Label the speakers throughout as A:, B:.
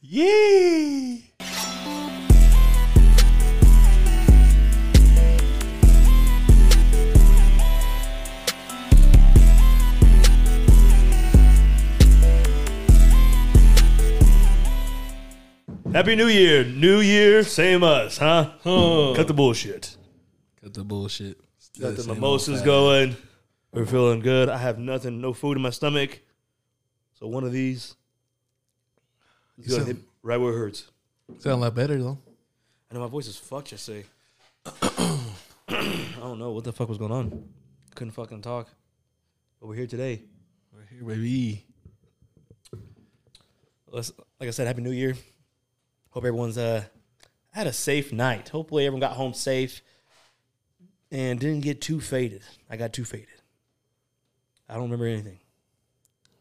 A: Yay! Happy New Year. New Year, same us, huh? Cut the bullshit.
B: Cut the bullshit.
A: Got the mimosas going. We're feeling good. I have nothing, no food in my stomach. So one of these is
B: You
A: gonna
B: sound-
A: hit right where it hurts.
B: Sound a lot better though.
A: I know my voice is fucked yesterday. I don't know what the fuck was going on. Couldn't fucking talk. But we're here today.
B: We're here, baby.
A: Let's, like I said, Happy New Year. Hope everyone's uh had a safe night. Hopefully everyone got home safe and didn't get too faded. I got too faded. I don't remember anything.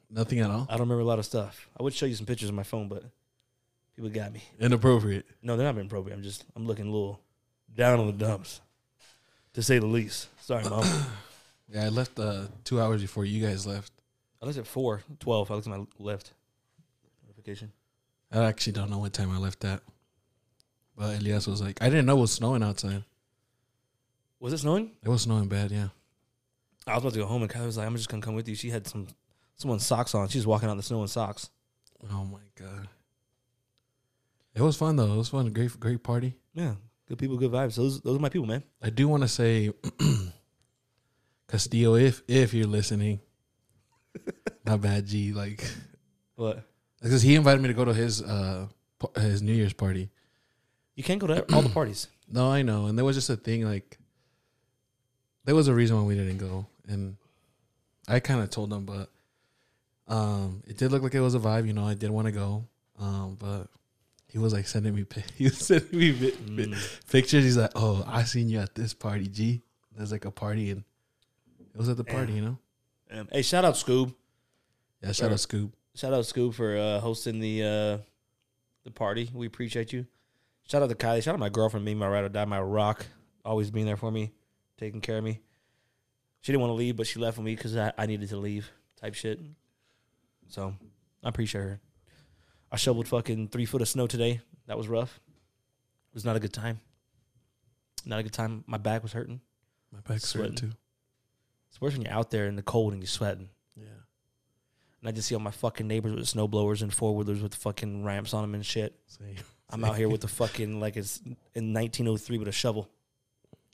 B: Nothing at all.
A: I don't remember a lot of stuff. I would show you some pictures on my phone, but people got me.
B: Inappropriate.
A: No, they're not being appropriate. I'm just I'm looking a little down on the dumps, to say the least. Sorry, mom.
B: Yeah, I left uh, two hours before you guys left.
A: I looked at four twelve. I looked at my left notification.
B: I actually don't know what time I left at. But Elias was like, I didn't know it was snowing outside.
A: Was it snowing?
B: It was snowing bad, yeah.
A: I was about to go home, and Kylie was like, "I'm just gonna come with you." She had some someone's socks on. She's walking out in the snow in socks.
B: Oh my god. It was fun though. It was fun. Great, great party.
A: Yeah, good people, good vibes. Those those are my people, man.
B: I do want to say, Castillo, if if you're listening, not bad, G. Like,
A: But
B: because he invited me to go to his uh pa- his New Year's party.
A: you can't go to all the parties.
B: No, I know, and there was just a thing like, there was a reason why we didn't go, and I kind of told them, but um, it did look like it was a vibe. You know, I did want to go, um, but. He was like sending me pi- he was sending me vi- vi- pictures. He's like, "Oh, I seen you at this party, G. There's like a party, and it was at the party, you know."
A: Um, hey, shout out Scoob.
B: Yeah, shout out Scoop.
A: Shout out Scoob for uh, hosting the uh, the party. We appreciate you. Shout out to Kylie. Shout out my girlfriend, being my ride or die, my rock, always being there for me, taking care of me. She didn't want to leave, but she left with me because I, I needed to leave, type shit. So I appreciate her. I shoveled fucking three foot of snow today. That was rough. It was not a good time. Not a good time. My back was hurting.
B: My back's
A: Sweating.
B: hurting too.
A: It's worse when you're out there in the cold and you're sweating.
B: Yeah.
A: And I just see all my fucking neighbors with snow blowers and four wheelers with fucking ramps on them and shit.
B: Same.
A: I'm out here with the fucking like it's in 1903 with a shovel.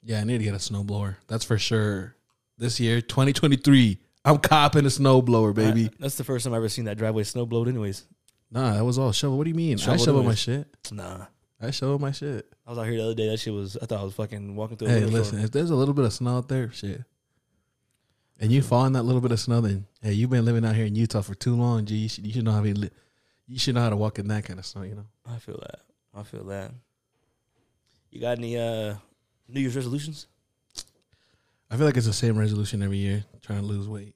B: Yeah, I need to get a snowblower. That's for sure. This year, 2023, I'm copping a snowblower, baby.
A: I- that's the first time I have ever seen that driveway snow blowed. Anyways,
B: nah, that was all shovel. What do you mean? I
A: Shoveled
B: shovel
A: it
B: my
A: with-
B: shit.
A: nah.
B: I shovel my shit.
A: I was out here the other day. That shit was. I thought I was fucking walking through. A
B: Hey,
A: liquor store.
B: listen, if there's a little bit of snow out there, shit, and you fall in that little bit of snow, then hey, you've been living out here in Utah for too long, G. You should, you should know how to li- you should know how to walk in that kind of snow, you know.
A: I feel that. I feel that. You got any uh New Year's resolutions?
B: I feel like it's the same resolution every year, trying to lose weight.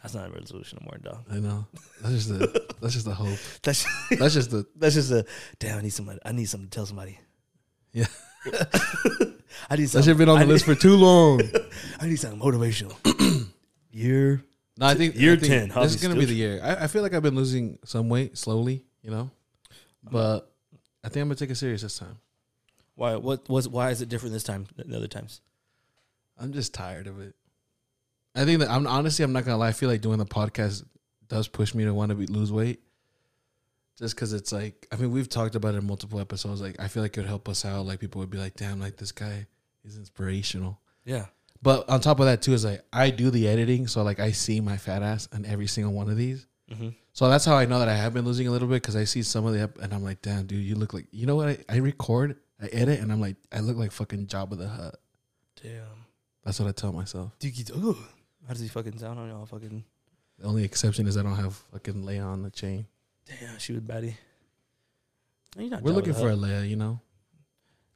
A: That's not a resolution no more, dog.
B: I know that's just the that's just the hope.
A: That's
B: That's just the
A: that's just a damn. I need somebody. I need something to tell somebody.
B: Yeah.
A: I need
B: That
A: something.
B: shit been on the
A: I need-
B: list for too long.
A: I need something motivational. Year.
B: No, I think
A: Year
B: I think
A: 10,
B: This is
A: obviously.
B: gonna be the year. I, I feel like I've been losing some weight slowly, you know,
A: Uh-huh.
B: but I think I'm gonna take it serious this time.
A: Why? What was? Why is it different this time than the other times?
B: I'm just tired of it. I think that I'm honestly I'm not gonna lie. I feel like doing the podcast does push me to want to be, lose weight, just because it's like I mean we've talked about it in multiple episodes. Like I feel like it would help us out. Like people would be like, damn, like this guy is inspirational.
A: Yeah.
B: But on top of that too is like I do the editing, so like I see my fat ass on every single one of these.
A: Mm-hmm.
B: So that's how I know that I have been losing a little bit because I see some of the ep- and I'm like, damn, dude, you look like you know what? I, I record, I edit, and I'm like, I look like fucking Jabba the Hutt.
A: Damn.
B: That's what I tell myself.
A: How does he fucking sound on y'all? Fucking
B: The only exception is I don't have fucking Leia on the chain.
A: damn, she was baddie. You're not
B: We're
A: Jabba
B: looking
A: the
B: for a
A: Hutt.
B: Leia, you know.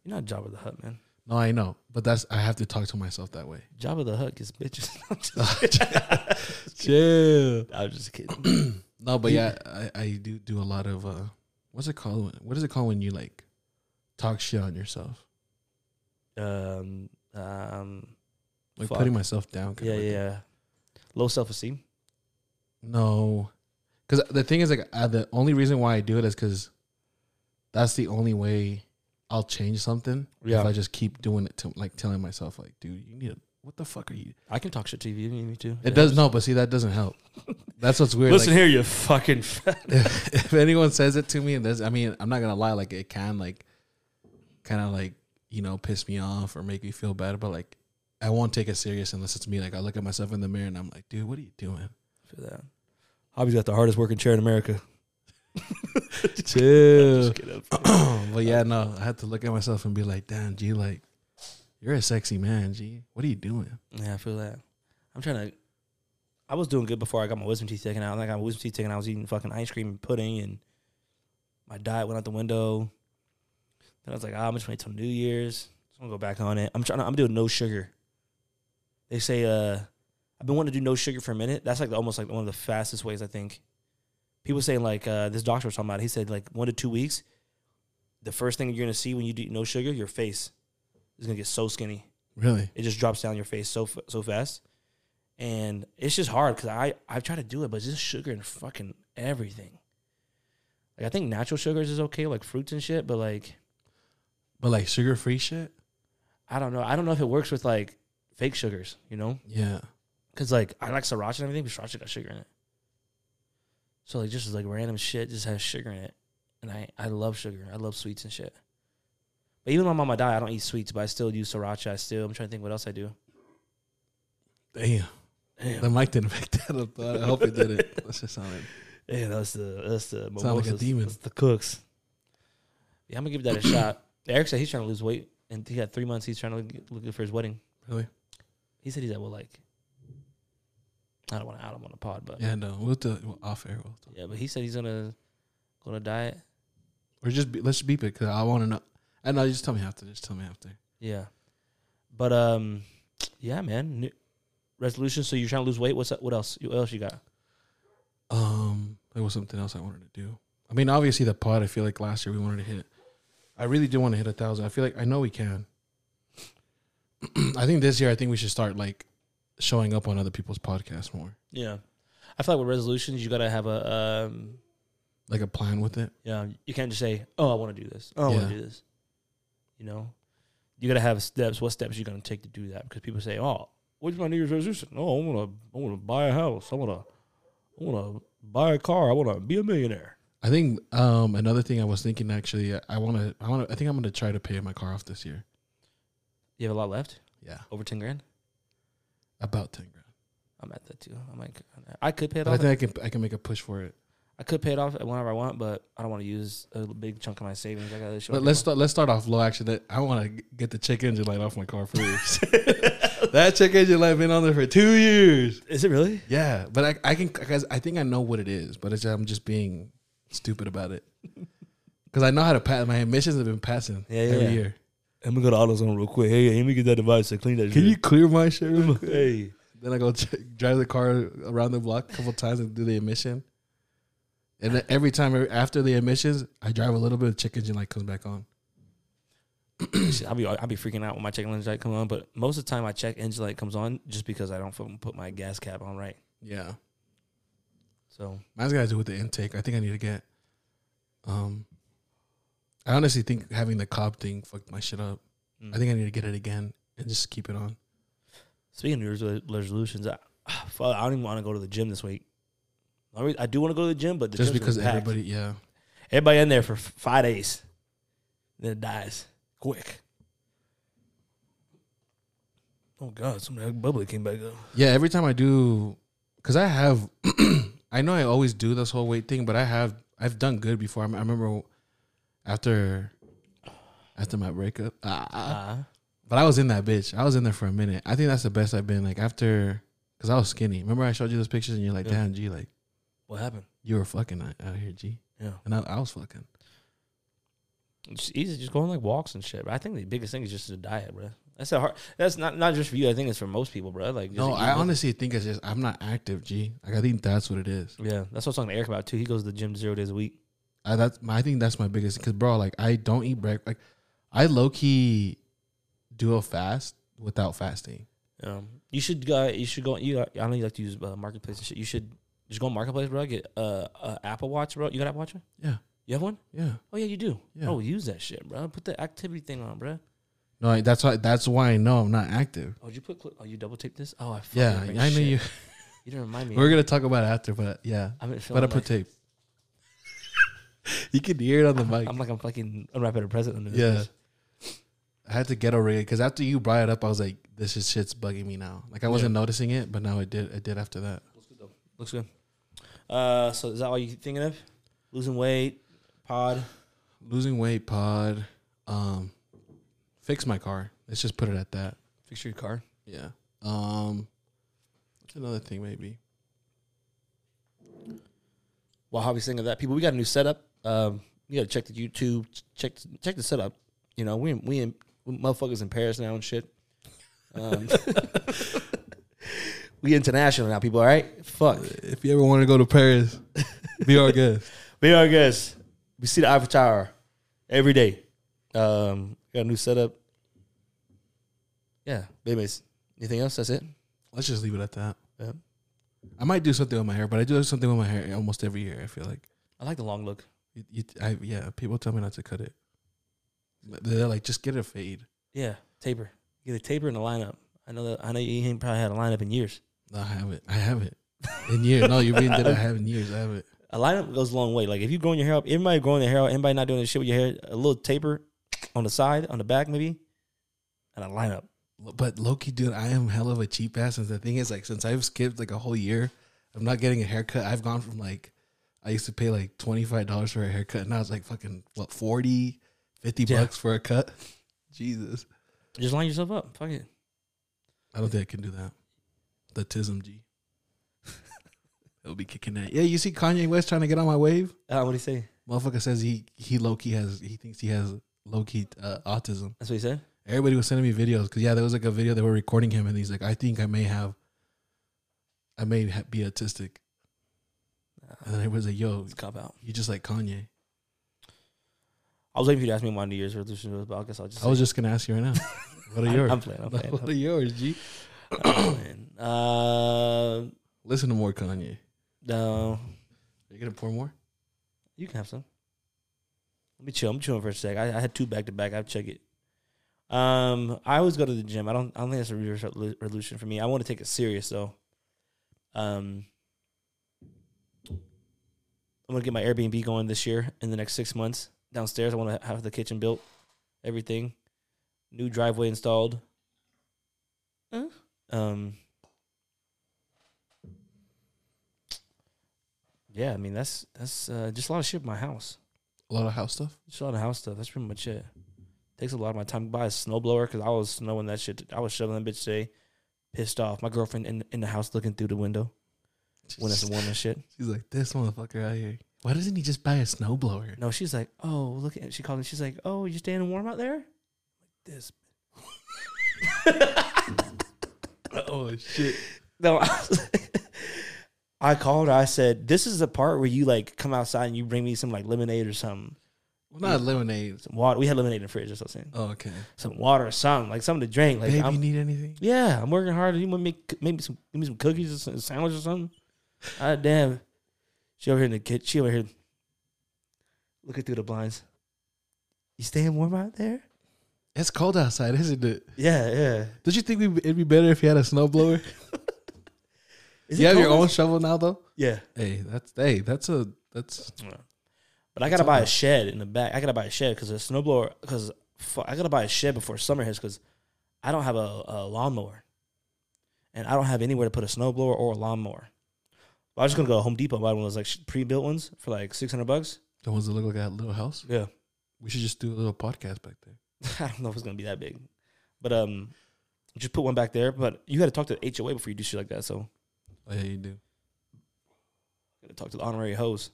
A: You're not Jabba the Hutt, man.
B: No, I know, but that's I have to talk to myself that way.
A: Jabba the Hutt gets bitches. I'm just kidding.
B: Chill.
A: I was just kidding.
B: No, but yeah, I, I do do a lot of uh, what's it called? when- What is it called when you like talk shit on yourself?
A: um, um,
B: Like
A: Fuck.
B: putting myself down.
A: yeah,
B: kinda
A: yeah,
B: like that.
A: yeah. Low self esteem.
B: No. Because the thing is, like, I, the only reason why I do it is because that's the only way I'll change something.
A: Yeah.
B: If I just keep doing it to like telling myself, like, dude, you need to, what the fuck are you?
A: I can talk shit to you if you need me to.
B: It does no, but see, that doesn't help. That's what's weird.
A: Listen
B: like,
A: here, you fucking.
B: if, if anyone says it to me, and does, I mean, I'm not gonna lie, like, it can like, kind of like, you know, piss me off or make me feel bad, but like, I won't take it serious unless it's me. Like, I look at myself in the mirror and I'm like, dude, what are you doing?
A: for that. Hobby's got the hardest working chair in America.
B: Chill.
A: Just kidding.
B: but yeah, no, I had to look at myself and be like, damn, G, like, you're a sexy man, G. What are you doing?
A: Yeah, I feel that. I'm trying to. I was doing good before I got my wisdom teeth taken out. Like I got my wisdom teeth taken out. I was eating fucking ice cream and pudding, and my diet went out the window. Then I was like, ah, I'm just gonna wait till New Year's. Just gonna go back on it. I'm trying. To, I'm doing no sugar. They say, uh, I've been wanting to do no sugar for a minute. That's like the, almost like one of the fastest ways I think. People saying like uh, this doctor was talking about. He said like one to two weeks. The first thing you're gonna see when you do no sugar, your face is gonna get so skinny
B: Really?
A: it just drops down your face so f- so fast, and it's just hard because I I've tried to do it, but it's just sugar and fucking everything. Like I think natural sugars is okay, like fruits and shit, but like
B: But like sugar free shit?
A: I don't know, I don't know if it works with like fake sugars, you know?
B: Yeah.
A: Because like I like sriracha and everything, but sriracha got sugar in it. So like just like random shit just has sugar in it, and I I love sugar, I love sweets and shit. But even when I'm on my diet, I don't eat sweets, but I still use sriracha. I still I'm trying to think what else I do.
B: Damn.
A: Damn.
B: The mic didn't make that up, but I hope it did it. That's just sound like
A: Yeah, that's the that's the
B: Sound like a
A: mimosas.
B: demon.
A: That's the cooks. Yeah, I'm gonna give that a shot. Eric said he's trying to lose weight, and he got three months. He's trying to look, look good for his wedding.
B: really.
A: He said he's at well, like I don't want to out him on the pod, but yeah.
B: Yeah, no. We'll do we'll off air. We'll talk.
A: but he said he's gonna go on a diet.
B: Or just be, let's beep it because I want to know. I know. Just tell me after. Just tell me after.
A: Yeah, but um, yeah, man, New resolution. So you're trying to lose weight. What's that, what else? What else you got?
B: Um, there was something else I wanted to do. I mean, obviously the pod. I feel like last year we wanted to hit. I really do want to hit a thousand. I feel like I know we can. I think this year I think we should start like showing up on other people's podcasts more,
A: Yeah, I feel like with resolutions, you gotta have a um,
B: like a plan with it.
A: Yeah, you can't just say, "Oh, I want to do this. Oh, I want
B: Yeah.
A: to do this." You know, you gotta have steps. What steps you gonna take to do that? Because people say, "Oh, what's my New Year's resolution? Oh, I wanna, I wanna buy a house. I wanna, I wanna buy a car. I wanna be a millionaire."
B: I think um another thing I was thinking actually uh, I- I want to I want to I think I'm gonna try to pay my car off this year.
A: You have a lot left,
B: Yeah,
A: over ten grand.
B: about ten grand.
A: I'm at that too. I'm like, I could pay it
B: But I
A: off.
B: think I can I can make a push for it.
A: I could pay it off whenever I want, but I don't want to use a big chunk of my savings. I got this. shit
B: But
A: on
B: let's
A: people.
B: start, let's start off low. Actually, that I want to get the check engine light off my car first. that check engine light been on there for two years.
A: Is it really?
B: Yeah, but I, I can because I think I know what it is, but it's, I'm just being stupid about it because I know how to pass. My emissions have been passing
A: Yeah, yeah,
B: every
A: yeah.
B: year.
A: Let me go to AutoZone real quick. Hey, let me get that device and clean that.
B: Can you clear my shit? real quick?
A: Hey.
B: then I go check, drive the car around the block a couple times and do the emission. And then every time every- after the emissions, I drive a little bit. The check engine light comes back on.
A: Shit, I'll be I'll be freaking out when my check engine light comes on, but most of the time my check engine light comes on just because I don't fucking put my gas cap on right.
B: Yeah.
A: So
B: Mine's got to do with the intake. I think I need to get. Um, I honestly think having the cob thing fucked my shit up.
A: Mm.
B: I think I need to get it again and just keep it on.
A: speaking of New Year's re- resolutions, I, fuck, I don't even want to go to the gym this week. I, re- I do want to go to the gym, but the
B: just
A: gym's
B: because
A: packed.
B: everybody, yeah,
A: everybody in there for f- five days, then it dies quick. Oh God, some of that bubbly came back up.
B: yeah. Every time I do, because I have, I know I always do this whole weight thing, but I have, I've done good before. I, m- I remember after, after my breakup, ah, ah,
A: Uh,
B: But I was in that bitch. I was in there for a minute. I think that's the best I've been. Like after, because I was skinny. Remember I showed you those pictures and you're like,
A: Yeah.
B: damn, G, like
A: what happened?
B: you were fucking out out here, G.
A: Yeah,
B: And I, I was fucking.
A: It's easy, just going like walks and shit. But I think the biggest thing is just the diet, bro. That's a hard. That's not not just for you. I think it's for most people, bro. Like just
B: No,
A: eat
B: I
A: healthy.
B: honestly think it's just I'm not active, G. Like I think that's what it is.
A: Yeah, that's what I was talking to Eric about too. He goes to the gym zero days a week.
B: I, that's my, I think that's my biggest because bro, like I don't eat breakfast. Like I low key do a fast without fasting.
A: Um, you should go. You should go. You, I know you like to use uh, marketplace and shit. You should Just go on marketplace, bro. Get uh, a Apple Watch, bro. You got Apple Watch? bro?
B: Yeah.
A: You have one?
B: Yeah.
A: Oh yeah, you do.
B: Yeah.
A: Oh, use that shit, bro. Put the activity thing on, bro.
B: No, I, that's why. That's why I know I'm not active.
A: Oh, did you put? Cl- oh, you double taped this? Oh, I. fucking
B: Yeah,
A: remember.
B: I know
A: Shit.
B: you.
A: You didn't remind me.
B: We're gonna talk about it after, but yeah,
A: I'm at
B: but I put tape. you can hear it on the mic.
A: I'm like I'm fucking unwrapping a present under this.
B: yeah,
A: bitch.
B: I had to get over it because after you brought it up, I was like, "This is shit's bugging me now." Like I wasn't noticing it, but now it did. It did after that.
A: Looks good. Uh, so is that all you thinking of? Losing weight, pod.
B: Losing weight, pod. Um, fix my car. Let's just put it at that.
A: Fix your car.
B: Yeah. Um, what's another thing? Maybe.
A: Well, how we thinking of that, people, we got a new setup. Um, you got to check the YouTube, ch- check check the setup. You know, we in- we, in, we motherfuckers in Paris now and shit. Um, we international now, people. All right, fuck.
B: If you ever want to go to Paris, be our guest.
A: Be our guest. We see the Eiffel Tower every day. Um, got a new setup. Yeah, anyways. Anything else? That's it.
B: Let's just leave it at that.
A: Yeah.
B: I might do something with my hair, but I do something with my hair almost every year. I feel like,
A: I like the long look.
B: you, you, I, yeah, people tell me not to cut it. But They're like, just get a fade.
A: Yeah, taper. Get a taper and a lineup. I know that. I know you ain't probably had a lineup in years.
B: No, I haven't. I haven't in years. No, you mean that I have in years? I haven't.
A: A lineup goes a long way. Like if you growing your hair up, everybody growing their hair out, anybody not doing this shit with your hair, a little taper on the side, on the back maybe, and a lineup.
B: But Loki, dude, I am hell of a cheap ass. And the thing is, like, since I've skipped like a whole year, I'm not getting a haircut. I've gone from like, I used to pay like twenty five dollars for a haircut, and now it's like fucking what 40, 50
A: Yeah.
B: bucks for a cut. Jesus,
A: Just line yourself up. Fuck it.
B: I don't think I can do that. The tism G. It'll be kicking that. Yeah, you see Kanye West trying to get on my wave.
A: Uh, what do you say?
B: Motherfucker says he he low key has he thinks he has low key uh, autism.
A: That's what he said.
B: Everybody was sending me videos because yeah, there was like a video they were recording him, and he's like, I think I may have, I may ha- be autistic. And then everybody's like, Yo,
A: It's a cop out.
B: you just like Kanye.
A: I was waiting for you to ask me what my New Year's resolution was, but I guess I'll just.
B: I was just gonna ask you right now. What are yours?
A: I'm playing. I'm playing.
B: what are yours, G?
A: I'm playing. Uh,
B: Listen to more Kanye. Are
A: no,
B: you gonna pour more?
A: you can have some. Let me chill. I'm chilling for a sec. I, I had two back to back. I'll check it. Um, I always go to the gym. I don't. I don't think that's a New Year's resolu- resolution for me. I want to take it serious though. Um, I'm gonna get my Airbnb going this year in the next six months. Downstairs, I want to have the kitchen built, everything, new driveway installed. Huh? Um. Yeah, I mean that's that's uh, just a lot of shit in my house.
B: A lot of house stuff.
A: Just a lot of house stuff. That's pretty much it. Takes a lot of my time. Buy a snowblower because I was snowing that shit. I was shoveling that bitch today. Pissed off. My girlfriend in in the house looking through the window when it's warm and shit.
B: She's like, this motherfucker out here. Why doesn't he just buy a snowblower?
A: No, she's like, oh, look at. She called me. She's like, oh, you staying warm out there? This.
B: Oh shit!
A: No. I, was- I called her. I said, this is the part where you like come outside and you bring me some like lemonade or something,
B: Well, not lemonade.
A: some water. We had lemonade in the fridge. That's what I'm saying.
B: Oh, okay.
A: Some water or something like something to drink. Like
B: Babe,
A: I'm,
B: you need anything?
A: Yeah, I'm working hard. You want to make maybe some give me some cookies or some sandwich or something? Ah damn. She over here in the kitchen. She over here looking through the blinds. You staying warm out there?
B: It's cold outside, isn't it?
A: Yeah, yeah.
B: Don't you think we, it'd be better if you had a snowblower?
A: Is
B: you
A: it
B: have your
A: cold?
B: own shovel now, though.
A: Yeah.
B: Hey, that's hey, that's a that's
A: But I gotta buy a shed in the back. I gotta buy a shed because a snowblower. Because I gotta buy a shed before summer hits because I don't have a, a lawnmower, and I don't have anywhere to put a snowblower or a lawnmower. I was just gonna go to Home Depot and buy one of those like sh- pre-built ones for like six hundred bucks.
B: the ones that look like that little house.
A: Yeah.
B: We should just do a little podcast back there.
A: I don't know if it's gonna be that big, but um, just put one back there. But you got to talk to the HOA before you do shit like that. So
B: Oh yeah, you do.
A: got to talk to the honorary host.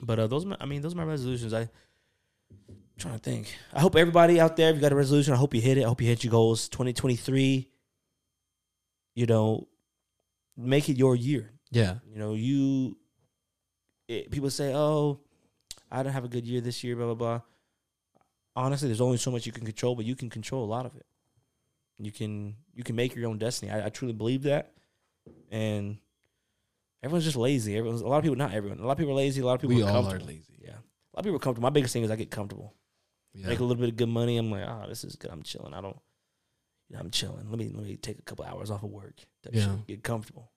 A: But uh, those, are my, I mean, those are my resolutions. I trying to think. I hope everybody out there, if you got a resolution, I hope you hit it. I hope you hit your goals. Twenty twenty three. You know, make it your year.
B: Yeah,
A: You know, you it, people say, "Oh, I didn't have a good year this year." Blah blah blah. Honestly, there's only so much you can control, but you can control a lot of it. You can you can make your own destiny. I, I truly believe that, and Everyone's just lazy. Everyone's a lot of people. Not everyone. A lot of people are lazy. A lot of people
B: we
A: are
B: all are
A: comfortable.
B: lazy.
A: Yeah, a lot of people are comfortable. My biggest thing is I get comfortable.
B: Yeah.
A: Make a little bit of good money. I'm like, ah, this is good. I'm chilling. I don't. you know, I'm chilling. Let me let me take a couple hours off of work. Type shit.
B: Yeah.
A: Get comfortable.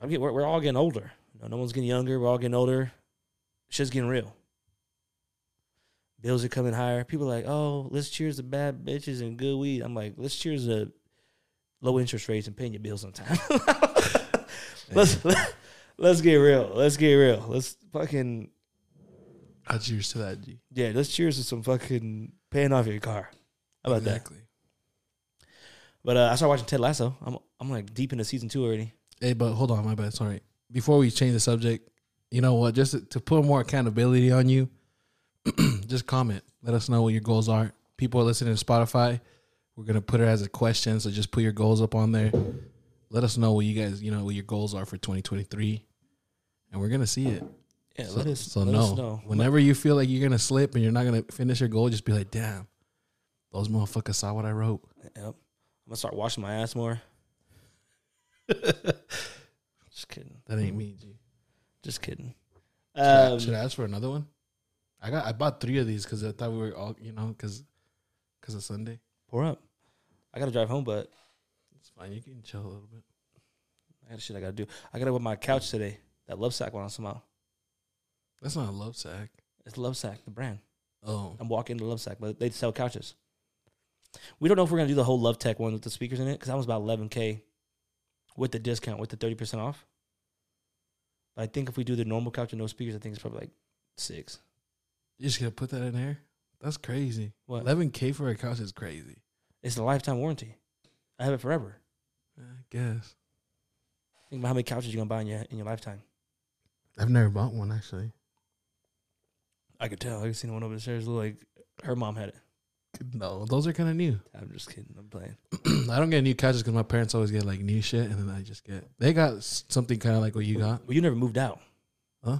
A: I'm getting. We're, we're all getting older. You know, no one's getting younger. We're all getting older. Shit's getting real. Bills are coming higher. People are like, oh, let's cheers to bad bitches and good weed. I'm like, let's cheers to low interest rates and paying your bills on time. let's let's get real. Let's get real. Let's fucking
B: I cheers to that. G.
A: yeah, let's cheers to some fucking paying off your car. How about that?
B: exactly.
A: But uh, I started watching Ted Lasso. I'm I'm like deep into season two already.
B: Hey, but hold on, my bad. Sorry. Before we change the subject, you know what? Just to, to put more accountability on you, just comment. Let us know what your goals are. People are listening to Spotify. We're gonna put it as a question, so just put your goals up on there. Let us know what you guys, you know, what your goals are for 2023, and we're gonna see it.
A: Yeah,
B: So,
A: let us,
B: so
A: let
B: no,
A: us know.
B: whenever you feel like you're gonna slip and you're not gonna finish your goal, just be like, "Damn, those motherfuckers saw what I wrote."
A: Yep. I'm gonna start washing my ass more. Just kidding.
B: That ain't me. G.
A: Just kidding.
B: Should I-
A: Um,
B: should I ask for another one? I got I bought three of these because I thought we were all you know because because of Sunday.
A: pour up. I gotta drive home, but
B: It's fine. You can chill a little bit.
A: I got shit I gotta do. I gotta whip my couch today. That love sack one on somehow.
B: That's not a love sack.
A: It's love sack, the brand.
B: Oh,
A: I'm walking to love sack, but they sell couches. We don't know if we're gonna do the whole love tech one with the speakers in it because that was about 11k with the discount with the 30 percent off. But I think if we do the normal couch with no speakers, I think it's probably like six.
B: you just gonna put that in there? That's crazy.
A: What?
B: Eleven k for a couch is crazy.
A: It's a lifetime warranty. I have it forever.
B: I guess
A: Think about how many couches you're gonna buy in your in your lifetime.
B: I've never bought one actually.
A: I could tell. I could see the one over the stairs. Look like her mom had it.
B: No, those are kind of new.
A: I'm just kidding. I'm playing.
B: I don't get new couches because my parents always get like new shit, and then I just get they got s- something kind of like what you got.
A: Well, you never moved out.
B: Huh?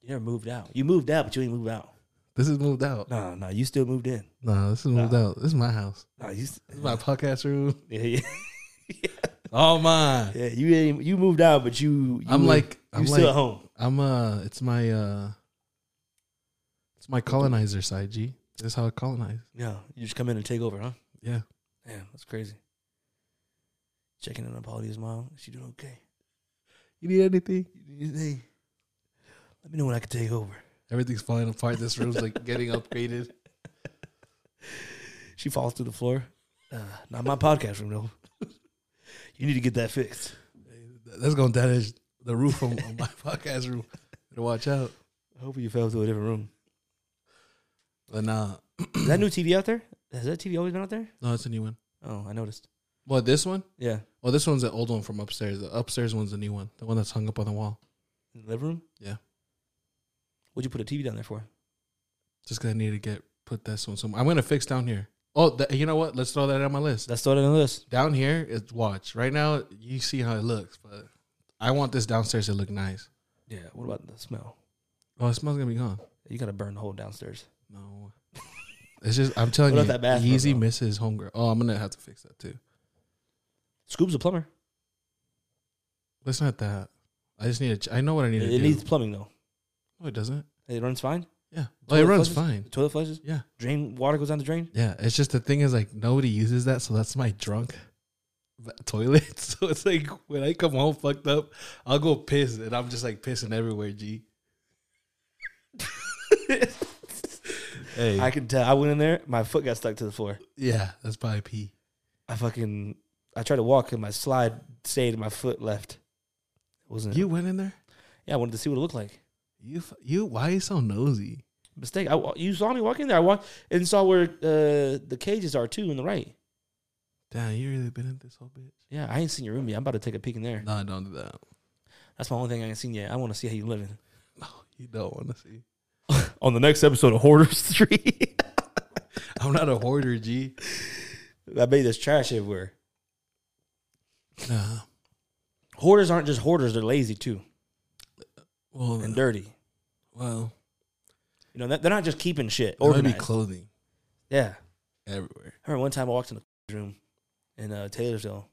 A: You never moved out. You moved out, but you ain't moved out.
B: This is moved out.
A: No, no, you still moved in.
B: No, this is moved out. This is my house.
A: No, you. s-
B: This is my podcast room.
A: Yeah, yeah,
B: All mine.
A: yeah. You ain't. You moved out, but you. you
B: I'm
A: were-
B: like
A: you
B: I'm
A: still
B: like
A: at home.
B: I'm uh it's my uh it's my colonizer side G. This is how I colonize.
A: Yeah, you just come in and take over, huh?
B: Yeah.
A: Yeah, that's crazy. Checking in on Polly's mom. Is She doing okay?
B: You need anything?
A: Hey, let me know when I can take over.
B: Everything's falling apart. This room's like getting upgraded.
A: She falls through the floor. Uh, not my podcast room though. You need to get that fixed.
B: That's gonna damage the roof on, on my podcast room. Better watch out.
A: Hopefully you fell to a different room.
B: But nah.
A: Is that new TV out there? Has that TV always been out there?
B: No, it's a new one.
A: Oh, I noticed.
B: Well, this one?
A: Yeah,
B: Oh, this one's the old one from upstairs. The upstairs one's the new one. The one that's hung up on the wall.
A: in the living room.
B: Yeah.
A: What'd you put a TV down there for?
B: Just gonna need to get put this one somewhere. I'm gonna fix down here. Oh, th- you know what? Let's throw that on my list.
A: That's started on the list.
B: down here is watch. Right now, you see how it looks, but I want this downstairs to look nice.
A: Yeah. What about the smell?
B: Oh, it smells gonna be gone.
A: You gotta burn the whole downstairs.
B: No, it's just I'm telling
A: What
B: you,
A: about that bathroom,
B: Yeezy
A: though?
B: misses homegirl. Oh, I'm gonna have to fix that too.
A: Scoob's a plumber.
B: It's not that. I just need to. Ch- I know what I need
A: It,
B: to
A: it
B: do.
A: needs plumbing though.
B: no, it doesn't.
A: It runs fine.
B: Yeah. Oh, it runs
A: flushes?
B: fine.
A: The toilet flushes.
B: Yeah.
A: Drain water goes down the drain.
B: Yeah. It's just the thing is like nobody uses that, so that's my drunk va- toilet. So it's like when I come home fucked up, I'll go piss, and I'm just like pissing everywhere. G. hey.
A: I can tell. I went in there. My foot got stuck to the floor.
B: Yeah, that's probably pee.
A: I fucking. I tried to walk and my slide stayed and my foot left. It wasn't.
B: You went in there.
A: Yeah, I wanted to see what it looked like.
B: You f- you. Why are you so nosy?
A: Mistake. I wa- you saw me walk in there. I walked and saw where uh, the cages are too, in the right.
B: Damn, you really been in this whole bitch.
A: Yeah, I ain't seen your room yet. I'm about to take a peek in there.
B: No, don't do that.
A: That's my only thing I ain't seen yet. I want to see how you living.
B: No, you don't want to see.
A: On the next episode of Hoarder Street,
B: I'm not a hoarder, G.
A: I bet there's trash everywhere.
B: Nah.
A: Hoarders aren't just hoarders; they're lazy too
B: Well,
A: and dirty.
B: well,
A: You know, that- they're not just keeping shit
B: there might be
A: organized.
B: clothing
A: yeah,
B: everywhere.
A: I remember one time I walked in the room in uh, Taylorsville,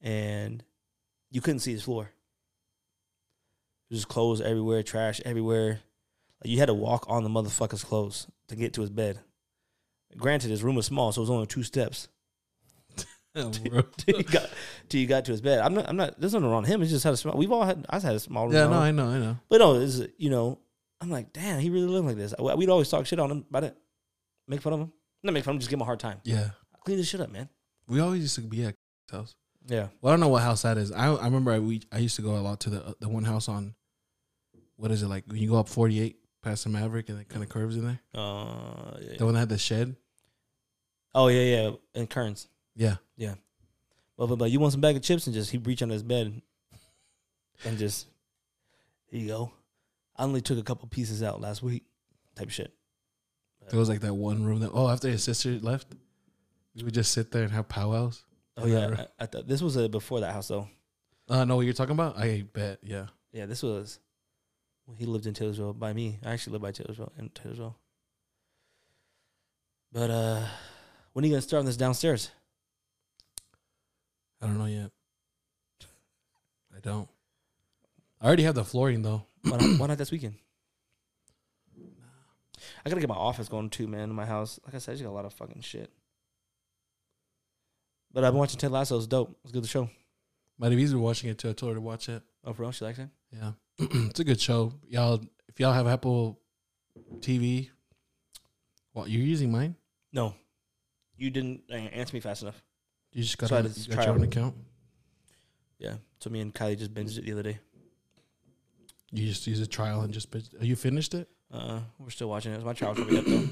A: and you couldn't see his floor. There's clothes everywhere, trash everywhere. Like you had to walk on the motherfucker's clothes to get to his bed. Granted, his room was small, so it was only two steps
B: Bro.
A: till you got till you got to his bed. I'm not. I'm not. There's nothing wrong with him. It's just had a small. We've all had. I've had a small room.
B: yeah,
A: my
B: no,
A: whole
B: I know, I know.
A: But no, it's you know, I'm like, damn, he really lived like this. I- We'd always talk shit on him, but I didn't make fun of him. Not make fun of him, just give him a hard time.
B: Yeah,
A: Clean this shit up, man.
B: we always used to be at house.
A: Yeah.
B: Well, I don't know what house that is. I I remember I we I used to go a lot to the the one house on, what is it like when you go up forty eight past the Maverick and it kind of curves in there.
A: Uh, yeah.
B: The one that had the shed.
A: Oh yeah, yeah. And Kearns.
B: Yeah,
A: But but but you want some bag of chips and just he reach under his bed and just here you go. I only took a couple pieces out last week, type of shit.
B: there was like that one room that. Oh, after his sister left, we would just sit there and have powwows.
A: Oh yeah, I, I thought this was uh, before that house though.
B: Uh, know what you're talking about? I bet. Yeah.
A: Yeah, this was when he lived in Taylorsville by me. I actually lived by Taylorsville in Taylorsville. But uh when are you gonna start on this downstairs?
B: I don't know yet. I don't. I already have the flooring though.
A: Why not, why not this weekend? I gotta get my office going too, man. In my house, like I said, I just got a lot of fucking shit. But I've been watching Ted Lasso. It's dope. It's good to show.
B: My baby's been watching it too. I told her to watch it.
A: Oh, for real? She likes it.
B: Yeah, it's a good show. Y'all, if y'all have Apple TV, well, you're using mine.
A: No, you didn't uh, answer me fast enough.
B: You just got,
A: So I
B: to
A: just
B: you got
A: try
B: your
A: out.
B: own account.
A: Yeah. So me and Kylie just binged it the other day.
B: You just use a trial and just. bitch- You finished it,
A: Uh, we're still watching it. It's my trial coming up though.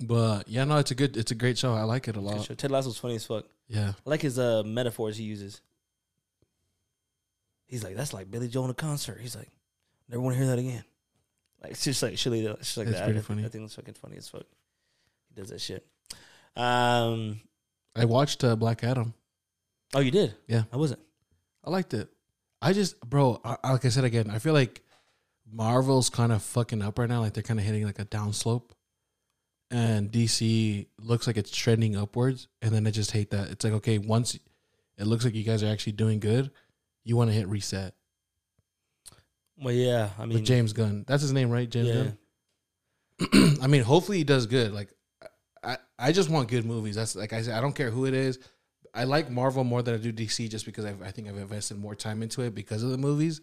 B: but yeah, no, it's a good, it's a great show. I like it a
A: It's a good
B: lot.
A: show. Ted Lasso's funny as fuck.
B: Yeah,
A: I like his uh, metaphors he uses. He's like, that's like Billy Joel in a concert. He's like, never want to hear that again. Like it's just like shitty, it's just like
B: That's
A: that.
B: pretty
A: I,
B: funny.
A: I think it's fucking funny as fuck. He does that shit. Um.
B: I watched uh, Black Adam.
A: Oh, you did?
B: Yeah.
A: I wasn't.
B: I liked it. I just, bro, I, I- like I said again, I feel like Marvel's kind of fucking up right now. Like they're kind of hitting like a downslope, and DC looks like it's trending upwards. And then I just hate that. It's like okay, once it looks like you guys are actually doing good, you want to hit reset
A: Well, yeah. I mean,
B: with James Gunn. That's his name, right? James
A: yeah.
B: Gunn. I mean, hopefully he does good. Like, I I just want good movies. That's like I said, I don't care who it is. I like Marvel more than I do DC just because I've, I think I've invested more time into it because of the movies.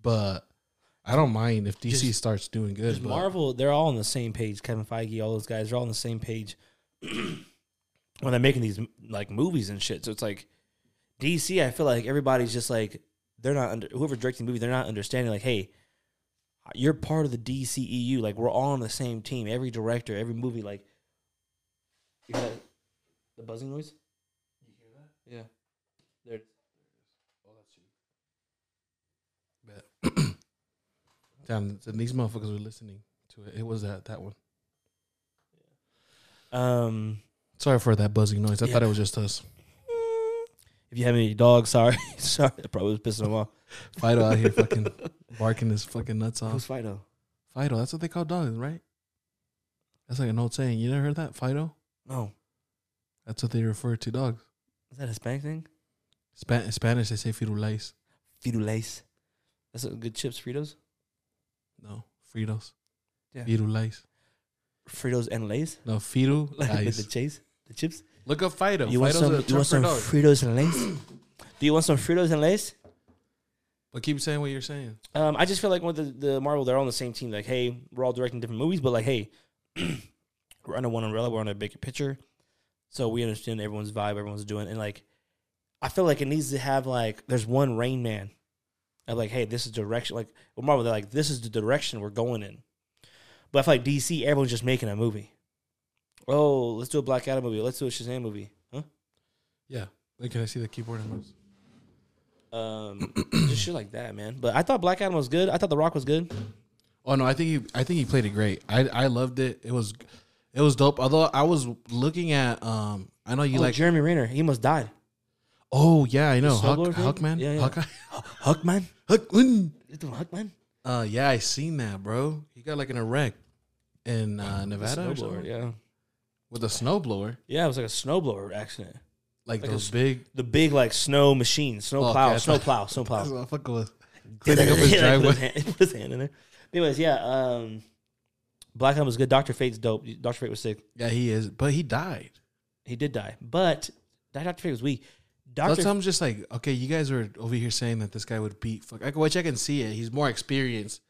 B: But I don't mind if DC
A: Just-
B: starts doing good.
A: Because
B: But
A: Marvel, they're all on the same page. Kevin Feige, all those guys, they're all on the same page when they're making these like movies and shit. So it's like DC. I feel like everybody's just like they're not under whoever's directing the movie. They're not understanding like, hey, you're part of the DCEU. Like we're all on the same team. Every director, every movie. Like you hear that, the buzzing noise. You hear that? Yeah. There.
B: damn, and these motherfuckers were listening to it. It was that that one.
A: Um.
B: Sorry for that buzzing noise. I
A: Yeah.
B: thought it was just us.
A: If you have any dogs, sorry, sorry, I probably was pissing them off.
B: Fido out here fucking barking his fucking nuts
A: Who's
B: off.
A: Fido?
B: Fido, that's what they call dogs, right? That's like an old saying. You never heard that, Fido?
A: No,
B: That's what they refer to dogs.
A: is that a Hispanic thing?
B: Span- in Spanish, they say firulais.
A: Firulais. That's a good chips, Fritos.
B: No, Fritos.
A: Yeah.
B: Firulais.
A: Fritos and Lays.
B: No,
A: Like with the
B: firulais.
A: chase, the chips.
B: Look up Fido.
A: You want
B: Fido's
A: some?
B: a
A: You
B: term
A: want
B: for
A: some
B: dog.
A: Fritos and Lays? Do you want some Fritos and Lays?
B: But keep saying what you're saying.
A: Um, I just feel like with the, the Marvel, they're all on the same team. Like, hey, we're all directing different movies, but like, hey, we're under one umbrella. We're under a bigger picture, so we understand everyone's vibe, everyone's doing, and like, I feel like it needs to have like, there's one Rain Man. Of like, hey, this is direction. Like, with Marvel, they're like, this is the direction we're going in. But I feel like DC, everyone's just making a movie. Oh, let's do a Black Adam movie. Let's do a Shazam movie. Huh?
B: Yeah. Wait, can I see the keyboard and mouse?
A: Um, just shit like that, man. But I thought Black Adam was good. I thought The Rock was good.
B: Oh no, I think he I think he played it great. I I loved it. It was it was dope. Although I was looking at um I know you
A: You like
B: like
A: Jeremy Renner? He must died.
B: Oh yeah, I know. Huck,
A: solo thing?
B: Huckman.
A: Yeah, yeah.
B: Huckeye.
A: Huckman?
B: Huckman.
A: You doing Huckman?
B: Uh yeah, I seen that, bro. He got like in a wreck in uh, Nevada or something.
A: yeah.
B: with a snowblower.
A: Yeah, it was like a snowblower accident.
B: Like,
A: Like a
B: those
A: s-
B: big
A: The big like snow machine, snow
B: Oh, okay,
A: plow,
B: I
A: snow
B: thought-
A: plow, snow plow.
B: what I fuck with. Oh. cleaning up his
A: Yeah, like,
B: driveway.
A: Put his, hand, put his hand in there. Anyways, yeah. Um, Black Adam was good. Doctor Fate's dope. Doctor Fate was sick.
B: Yeah, he is, but he died.
A: He did die, but that Doctor Fate was weak. Doctor,
B: That's I'm just like, okay, you guys are over here saying that this guy would beat fuck. I can, which I can see it. He's more experienced,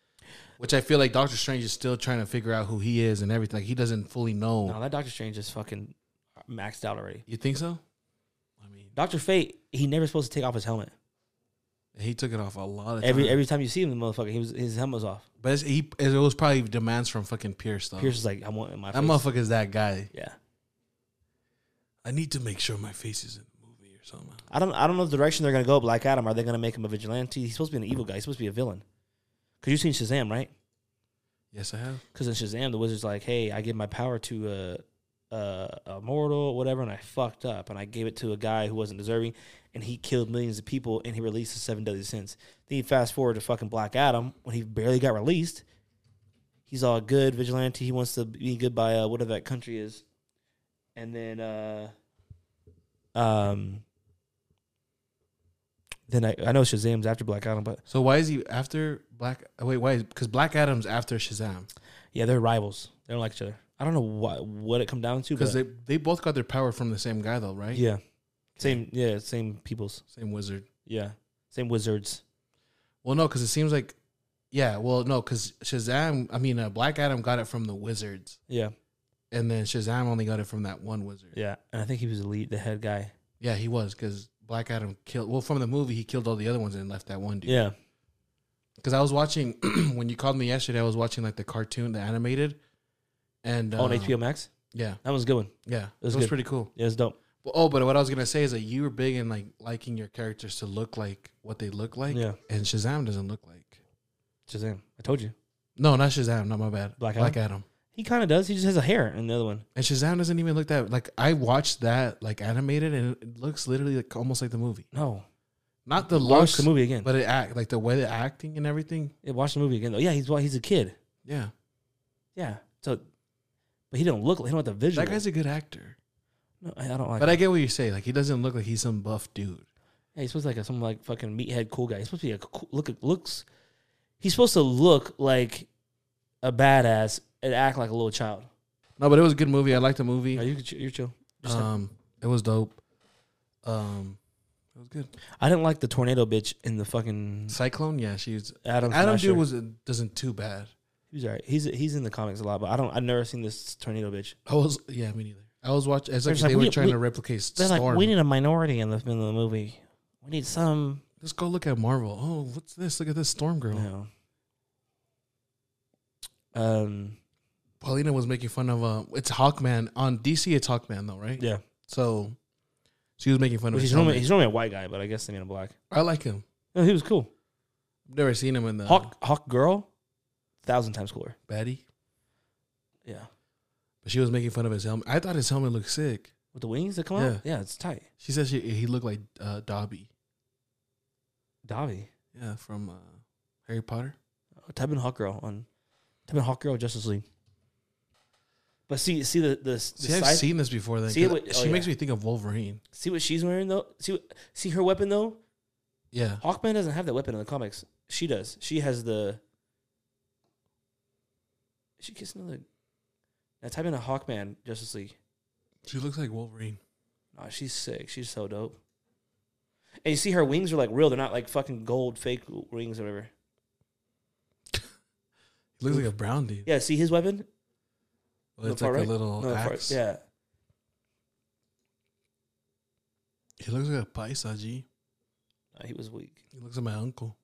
B: which I feel like Doctor Strange is still trying to figure out who he is and everything. Like he doesn't fully know.
A: no, that Doctor Strange is fucking maxed out already.
B: You think so? I mean,
A: Doctor Fate, he never supposed to take off his helmet.
B: he took it off a lot of
A: Every
B: time.
A: every time you see him, the motherfucker, he was his helmet was off.
B: but it's, he it was probably demands from fucking Pierce though.
A: Pierce is like, I want it in my
B: Oh. that
A: face.
B: motherfucker's that guy.
A: Yeah,
B: I need to make sure my face is in the movie or something.
A: I don't I don't know the direction they're gonna go. Black Adam, are they gonna make him a vigilante? He's supposed to be an evil guy. He's supposed to be a villain. Cause you've seen Shazam, right?
B: Yes, I have.
A: Because in Shazam, the wizard's like, "Hey, I give my power to a, a a mortal, whatever, and I fucked up, and I gave it to a guy who wasn't deserving, and he killed millions of people, and he released the seven deadly sins." Then you fast forward to fucking Black Adam when he barely got released. He's all good vigilante. He wants to be good by uh, whatever that country is, and then uh, um, then I I know Shazam's after Black Adam, but
B: So why is he after Black? oh, Wait, why? Because Black Adam's after Shazam
A: yeah, they're rivals. They don't like each other. I don't know what what it come down to
B: because
A: but-
B: they they both got their power from the same guy though, right?
A: Yeah. Same yeah, same peoples.
B: Same wizard.
A: Yeah. Same wizards.
B: Well, no, because it seems like, yeah. Well, no, because Shazam. I mean, uh, Black Adam got it from the wizards,
A: Yeah.
B: and then Shazam only got it from that one wizard. Yeah,
A: Yeah. And I think he was the lead the head guy.
B: he was because Black Adam killed. Well, from the movie, he killed all the other ones and left that one dude.
A: Yeah.
B: Because I was watching when you called me yesterday. I was watching like the cartoon, the animated, and
A: On
B: uh,
A: HBO Max.
B: Yeah,
A: That was a good one.
B: yeah, it
A: was
B: was,
A: good.
B: pretty cool.
A: Yeah, it's dope.
B: But, oh, but what I was gonna say is that you were big in like liking your characters to look like what they look like.
A: Yeah.
B: and Shazam doesn't look like.
A: Shazam. I told you.
B: No, not Shazam. Not my bad.
A: Black
B: Black Adam.
A: He kinda does. He just has a hair in the other one.
B: And Shazam doesn't even look that like I watched that like animated and it looks literally like almost like the movie.
A: No.
B: Not the
A: Watch
B: looks,
A: the movie again.
B: but it act like the way the acting and everything.
A: yeah, watch the movie again though. Yeah, he's well, he's a kid.
B: Yeah,
A: Yeah. So but he don't look like he don't have the visual.
B: that guy's a good actor.
A: no, I I don't like
B: But I get what you say. Like he doesn't look like he's some buff dude.
A: Yeah, he's supposed to be like a, some like fucking meathead cool guy. He's supposed to be a cool, look looks. He's supposed to look like a badass and act like a little child.
B: No, but it was a good movie. I liked the movie.
A: Yeah, you could, you're chill. Just
B: Um, it was dope. Um, it was good.
A: I didn't like the tornado bitch in the fucking
B: Cyclone. Yeah, she's
A: Adam.
B: Adam
A: Smasher.
B: dude was uh, doesn't too bad.
A: He's alright. He's he's in the comics a lot, but I don't. I've never seen this tornado bitch.
B: I was yeah me neither. I was watching. It's
A: They're
B: like,
A: just
B: they
A: like,
B: were
A: we-
B: trying
A: we-
B: to replicate
A: They're
B: Storm.
A: like, we need a minority in the in the movie. We need some.
B: Let's go look at Marvel. Oh, what's this? Look at this Storm girl.
A: You know. Um.
B: Paulina was making fun of uh, it's Hawkman on DC. It's Hawkman though, right?
A: Yeah.
B: So she was making fun of.
A: Which
B: his
A: he's normally
B: helmet.
A: he's normally a white guy, but I guess they made him black.
B: I like him.
A: No, he was cool.
B: I've never seen him in the
A: Hawk Hawk girl, thousand times cooler.
B: baddie,
A: Yeah.
B: but she was making fun of his helmet. I thought his helmet looked sick.
A: With the wings that come out? Yeah, it's tight.
B: She said she, he looked like uh, Dobby.
A: Dobby.
B: Yeah, from uh, Harry Potter.
A: Oh, type in Hawk Girl on type in Hawk Girl Justice League. But see see the the, the
B: See, I've
A: scythe-
B: seen this before. Then
A: See,
B: 'cause
A: wait- oh,
B: she makes
A: yeah.
B: me think of Wolverine.
A: see what she's wearing though? See what, see her weapon though?
B: Yeah,
A: Hawkman doesn't have that weapon in the comics. She does. She has the she gets another now type in a Hawkman Justice League.
B: she looks like Wolverine.
A: Oh, she's sick. She's so dope. And you see her wings are like real, they're not like fucking gold fake wings or whatever.
B: He looks like a brown dude.
A: Yeah, see his weapon?
B: Well, it's
A: the
B: like
A: far
B: a
A: right?
B: little
A: No, the far-
B: Oh, axe.
A: yeah.
B: He looks like a paisa. G.
A: No, he was weak.
B: He looks like my uncle.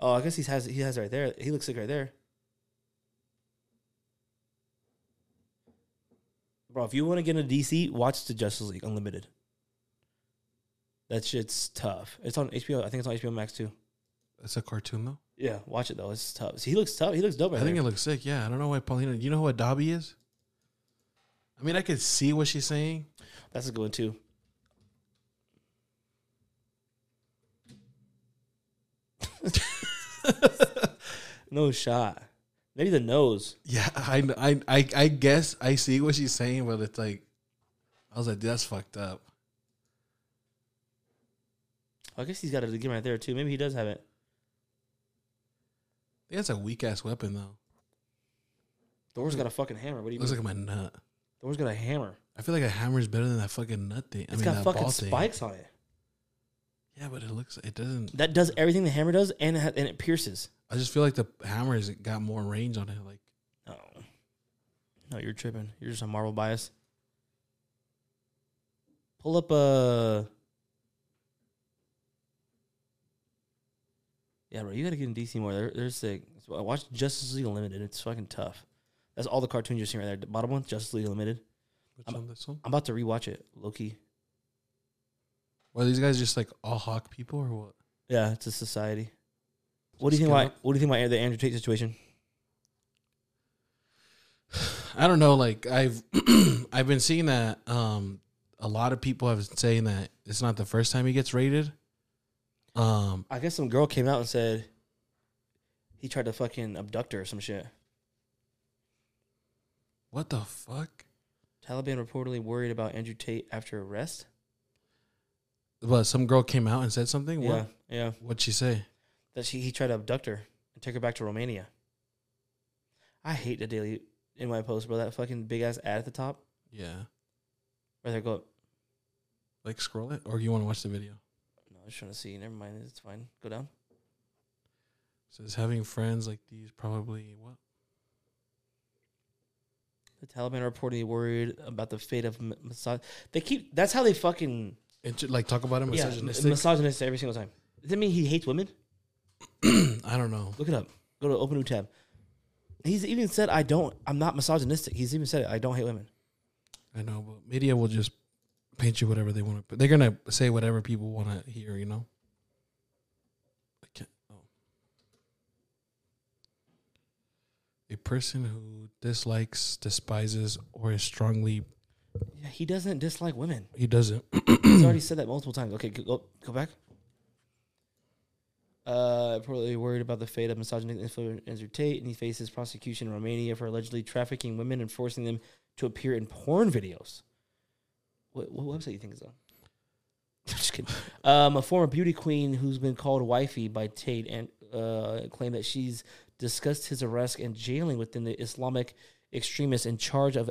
A: Oh, I guess he has he has right there. He looks sick right there. Bro, if you want to get into DC, watch the Justice League Unlimited. That shit's tough. It's on HBO. I think it's on HBO Max too.
B: That's a cartoon though.
A: Yeah, watch it though. It's tough. See, he looks tough. He looks dope. Right
B: I think it
A: there.
B: looks sick. Yeah, I don't know why Paulina. You know who Dobby is? I mean, I could see what she's saying.
A: that's a good one too. no shot. Maybe the nose.
B: Yeah, I, I, I, I guess I see what she's saying, but it's like, I was like, "Dude, that's fucked up.
A: I guess he's got it again right there too. Maybe he does have it.
B: think that's a weak ass weapon though.
A: Thor's got a fucking hammer. What do you
B: It looks
A: mean?
B: like my nut.
A: Thor's got a hammer.
B: I feel like a hammer is better than that fucking nut thing. I
A: It's
B: mean,
A: got
B: that
A: fucking
B: ball thing.
A: spikes on it.
B: Yeah, but it looks. It doesn't.
A: That does everything the hammer does, and it ha- and it pierces.
B: I just feel like the hammer has got more range on it. Like
A: No, no, you're tripping. You're just a Marvel bias. Pull up a. Yeah, bro, you gotta get in DC more. They're, they're sick. So I watched Justice League Unlimited. It's fucking tough. That's all the cartoons you're seeing right there. The bottom one, Justice League Unlimited.
B: which
A: I'm-
B: one? This one?
A: I'm about to rewatch it. Loki.
B: Were these guys just like all hawk people or what?
A: Yeah, it's a society. What do
B: Just
A: you think?
B: give
A: Why?
B: up?
A: What do you think about the Andrew Tate situation?
B: I don't know. Like I've I've been seeing that um a lot of people have been saying that it's not the first time he gets raided. Um,
A: I guess some girl came out and said he tried to fucking abduct her or some shit.
B: what the fuck?
A: Taliban reportedly worried about Andrew Tate after arrest.
B: But some girl came out and said something.
A: Yeah,
B: What?
A: yeah.
B: What'd she say?
A: That she he tried to abduct her and take her back to Romania. I hate the daily in my post, bro. That fucking big ass ad at the top.
B: Yeah,
A: Right there, go up.
B: like scroll it, or you want to watch the video?
A: No, I was trying to see. Never mind, it's fine. Go down.
B: says having friends like these probably what?
A: The Taliban reportedly worried about the fate of m- massage. They keep. That's how they fucking
B: It ju- like talk about him
A: yeah,
B: misogynistic.
A: misogynist every single time. Does that mean he hates women?
B: I don't know.
A: Look it up. Go to open new tab. He's even said, "I don't. I'm not misogynistic." He's even said it. I don't hate women.
B: I know, but media will just paint you whatever they want to. But they're gonna say whatever people want to hear. You know. I can't. Oh. A person who dislikes, despises, or is strongly
A: Yeah, he doesn't dislike women.
B: he doesn't.
A: He's already said that multiple times. Okay, go- go go back. Uh, probably worried about the fate of misogynistic influencer Tate, and he faces prosecution in Romania for allegedly trafficking women and forcing them to appear in porn videos. What, what website do you think is on? Just kidding. Um, a former beauty queen who's been called wifey by Tate and uh, claimed that she's discussed his arrest and jailing within the Islamic extremists in charge of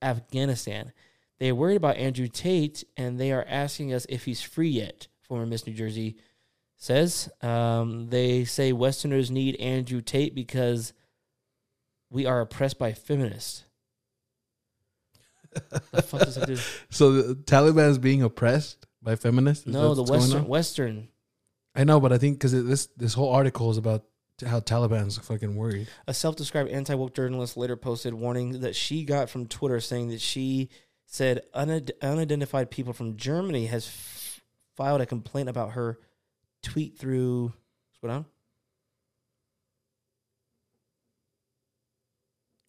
A: Afghanistan. They are worried about Andrew Tate, and they are asking us if he's free yet. Former Miss New Jersey says um, they say Westerners need Andrew Tate because we are oppressed by feminists. the fuck does that do?
B: So the Taliban is being oppressed by feminists. Is that
A: No, the
B: what's
A: Western
B: going on?
A: Western
B: I know, but I think because this this whole article is about t- how Taliban's fucking worried.
A: A self described anti woke journalist later posted warning that she got from Twitter saying that she said unid- unidentified people from Germany has f- filed a complaint about her tweet through. Scroll down.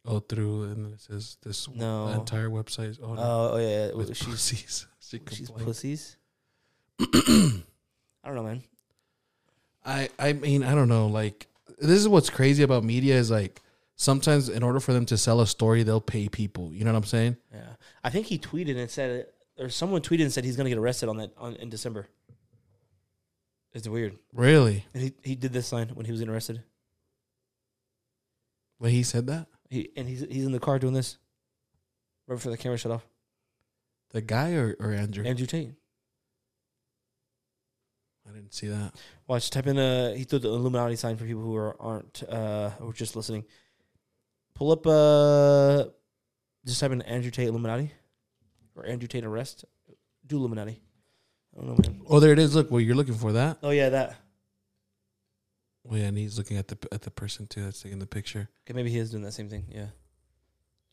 B: Oh, through and then it says this w-
A: No.
B: the entire website. is- Oh, no.
A: Oh, oh, yeah.
B: with
A: yeah. She's,
B: pussies. She
A: she's
B: complained.
A: pussies. I don't know, man.
B: I I mean I don't know. Like this is what's crazy about media is like sometimes in order for them to sell a story, they'll pay people. You know what I'm saying?
A: Yeah. I think he tweeted and said, or someone tweeted and said he's going to get arrested on that on, in December. It's weird.
B: Really?
A: And he, he did this line when he was getting arrested.
B: When he said that,
A: He, and he's, he's in the car doing this. Right before the camera shut off.
B: the guy or or Andrew?
A: Andrew Tate.
B: I didn't see that.
A: Watch. Type in uh he threw the Illuminati sign for people who are aren't uh or just listening. Pull up uh just type in Andrew Tate Illuminati or Andrew Tate arrest. Do Illuminati. I don't know, man.
B: Oh, there it is. Look, well, you're looking for that.
A: Oh yeah, that.
B: Oh, yeah, and he's looking at the at the person too that's taking the picture.
A: Okay, maybe he is doing that same thing. Yeah.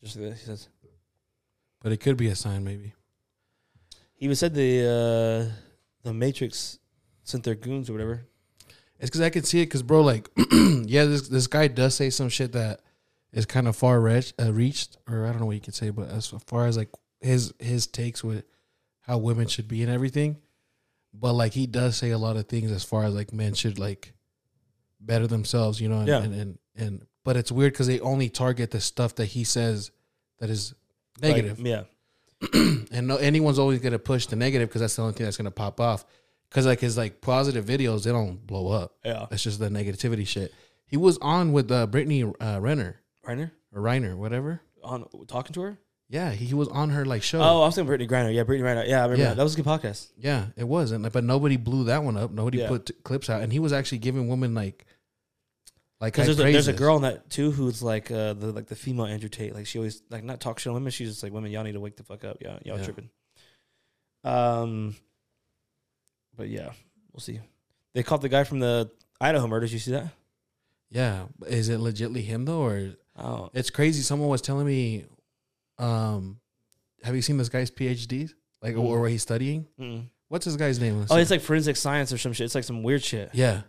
A: Just like that, he says.
B: But it could be a sign, maybe.
A: He was said the uh the Matrix sent their goons or whatever.
B: It's because I can see it. Because bro, like, yeah, this this guy does say some shit that is kind of far reach, uh, reached, or I don't know what you could say, but as far as like his his takes with how women should be and everything, but like he does say a lot of things as far as like men should like better themselves, you know, and
A: Yeah.
B: and, and, and but it's weird because they only target the stuff that he says that is negative
A: Like, yeah.
B: and no, anyone's always gonna push the negative because that's the only thing that's gonna pop off. Because like his like positive videos, they don't blow up.
A: Yeah.
B: It's just the negativity shit. He was on with uh, Brittany uh, Renner
A: Reiner
B: or Reiner, whatever.
A: on talking to her.
B: Yeah, he, he was on her like show.
A: Oh, I was thinking Brittany Griner. Yeah, Brittany Griner. Yeah, I remember
B: Yeah.
A: that. That was a good podcast.
B: Yeah, it was, and but nobody blew that one up. Nobody
A: Yeah.
B: put t- clips out, and he was actually giving women like, like high
A: Because there's a, there's a
B: praises.
A: girl in that too who's like uh, the like the female Andrew Tate. Like she always like not talk shit on women. She's just like women. Y'all need to wake the fuck up. Y'all y'all
B: Yeah.
A: tripping. Um, but yeah, we'll see. They caught the guy from the Idaho murders. You see that?
B: Yeah, but is it legitly him though, or
A: Oh,
B: it's crazy? Someone was telling me, um, have you seen this guy's PhDs? Like, or what he's studying?
A: mm.
B: What's this guy's name?
A: oh, it's like forensic science or some shit. It's like some weird shit.
B: yeah,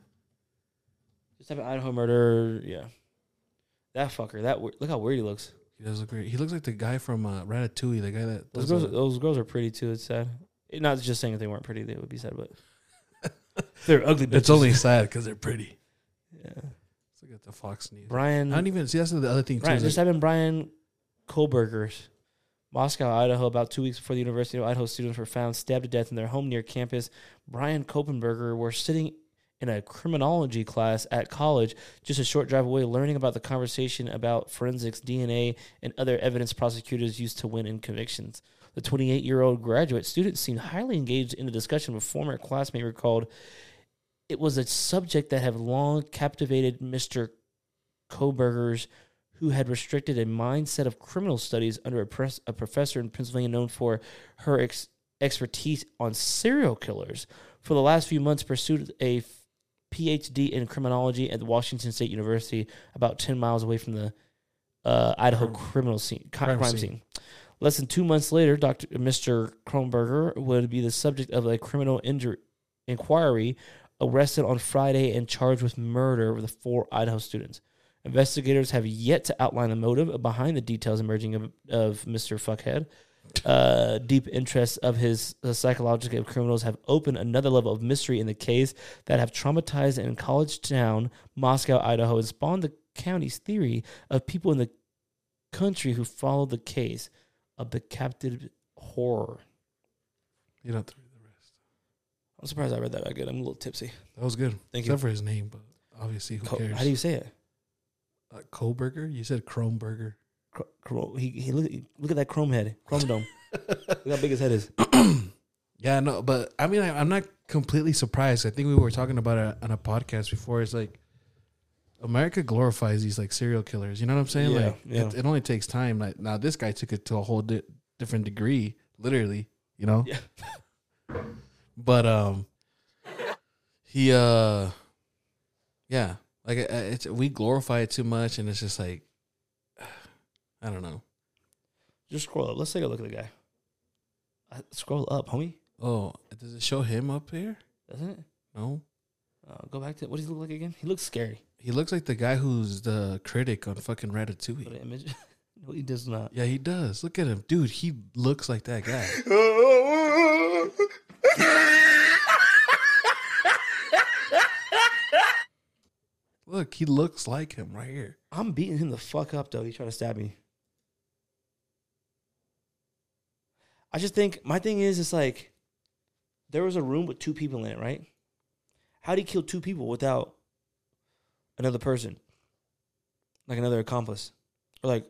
A: Just type in Idaho murder. Yeah, that fucker. That we- look how weird he looks.
B: he does look great. He looks like the guy from uh, Ratatouille, the guy that
A: Those
B: does uh,
A: girls,
B: the-
A: those girls are pretty too. It's sad. It- not just saying if they weren't pretty, they would be sad, but they're ugly. Bitches.
B: It's only sad because they're pretty.
A: yeah.
B: Let's look at the Fox News.
A: Brian.
B: I don't even see. That's the other thing too.
A: Brian,
B: is
A: just
B: like-
A: having Brian Kohlberger's Moscow, Idaho, about two weeks before the University of Idaho students were found stabbed to death in their home near campus. Brian Kopenberger were sitting in a criminology class at college, just a short drive away, learning about the conversation about forensics, DNA, and other evidence prosecutors used to win in convictions. The 28 year old graduate student seemed highly engaged in the discussion with former classmate recalled it was a subject that had long captivated Mr. Koberger's, who had restricted a mindset of criminal studies under a, pres- a professor in Pennsylvania known for her ex- expertise on serial killers. For the last few months, pursued a f- PhD in criminology at the Washington State University, about 10 miles away from the uh, Idaho
B: Crime-
A: criminal scene, co- crime,
B: crime
A: scene.
B: scene.
A: Less than two months later, Dr. Mr. Kronberger would be the subject of a criminal injury inquiry, arrested on Friday and charged with murder of the four Idaho students. Investigators have yet to outline the motive behind the details emerging of, of Mr. Fuckhead. Uh, deep interests of his uh, psychological of criminals have opened another level of mystery in the case that have traumatized in college town Moscow, Idaho, and spawned the county's theory of people in the country who followed the case of the captive horror.
B: you don't have to read the rest.
A: I'm surprised I read that that good. I'm a little tipsy.
B: That was good.
A: Thank you.
B: Except for his name, but obviously, who
A: Co-
B: cares?
A: how do you say it?
B: uh, Kohlberger? You said Kronberger.
A: Cro- Cro- he, he look, look at that chrome head, chrome dome. look how big his head is.
B: Yeah, no, but I mean, I, I'm not completely surprised. I think we were talking about it on a podcast before. It's like America glorifies these like serial killers. You know what I'm saying?
A: Yeah,
B: like
A: yeah.
B: It, it only takes time. Like now, this guy took it to a whole di- different degree, literally. You know.
A: Yeah.
B: but um, he uh, yeah, like I- I- it's we glorify it too much, and it's just like, I don't know.
A: Just scroll up. Let's take a look at the guy. Uh, scroll up, homie.
B: Oh, does it show him up here?
A: Doesn't it?
B: No.
A: Uh, go back to what does he look like again? He looks scary.
B: He looks like the guy who's the critic on fucking
A: Put
B: Ratatouille.
A: an image. no, he does not.
B: Yeah, he does. Look at him, dude. He looks like that guy. Look, he looks like him right here.
A: I'm beating him the fuck up though. He's trying to stab me. I just think my thing is it's like there was a room with two people in it, right? How do you kill two people without another person? Like another accomplice? Or like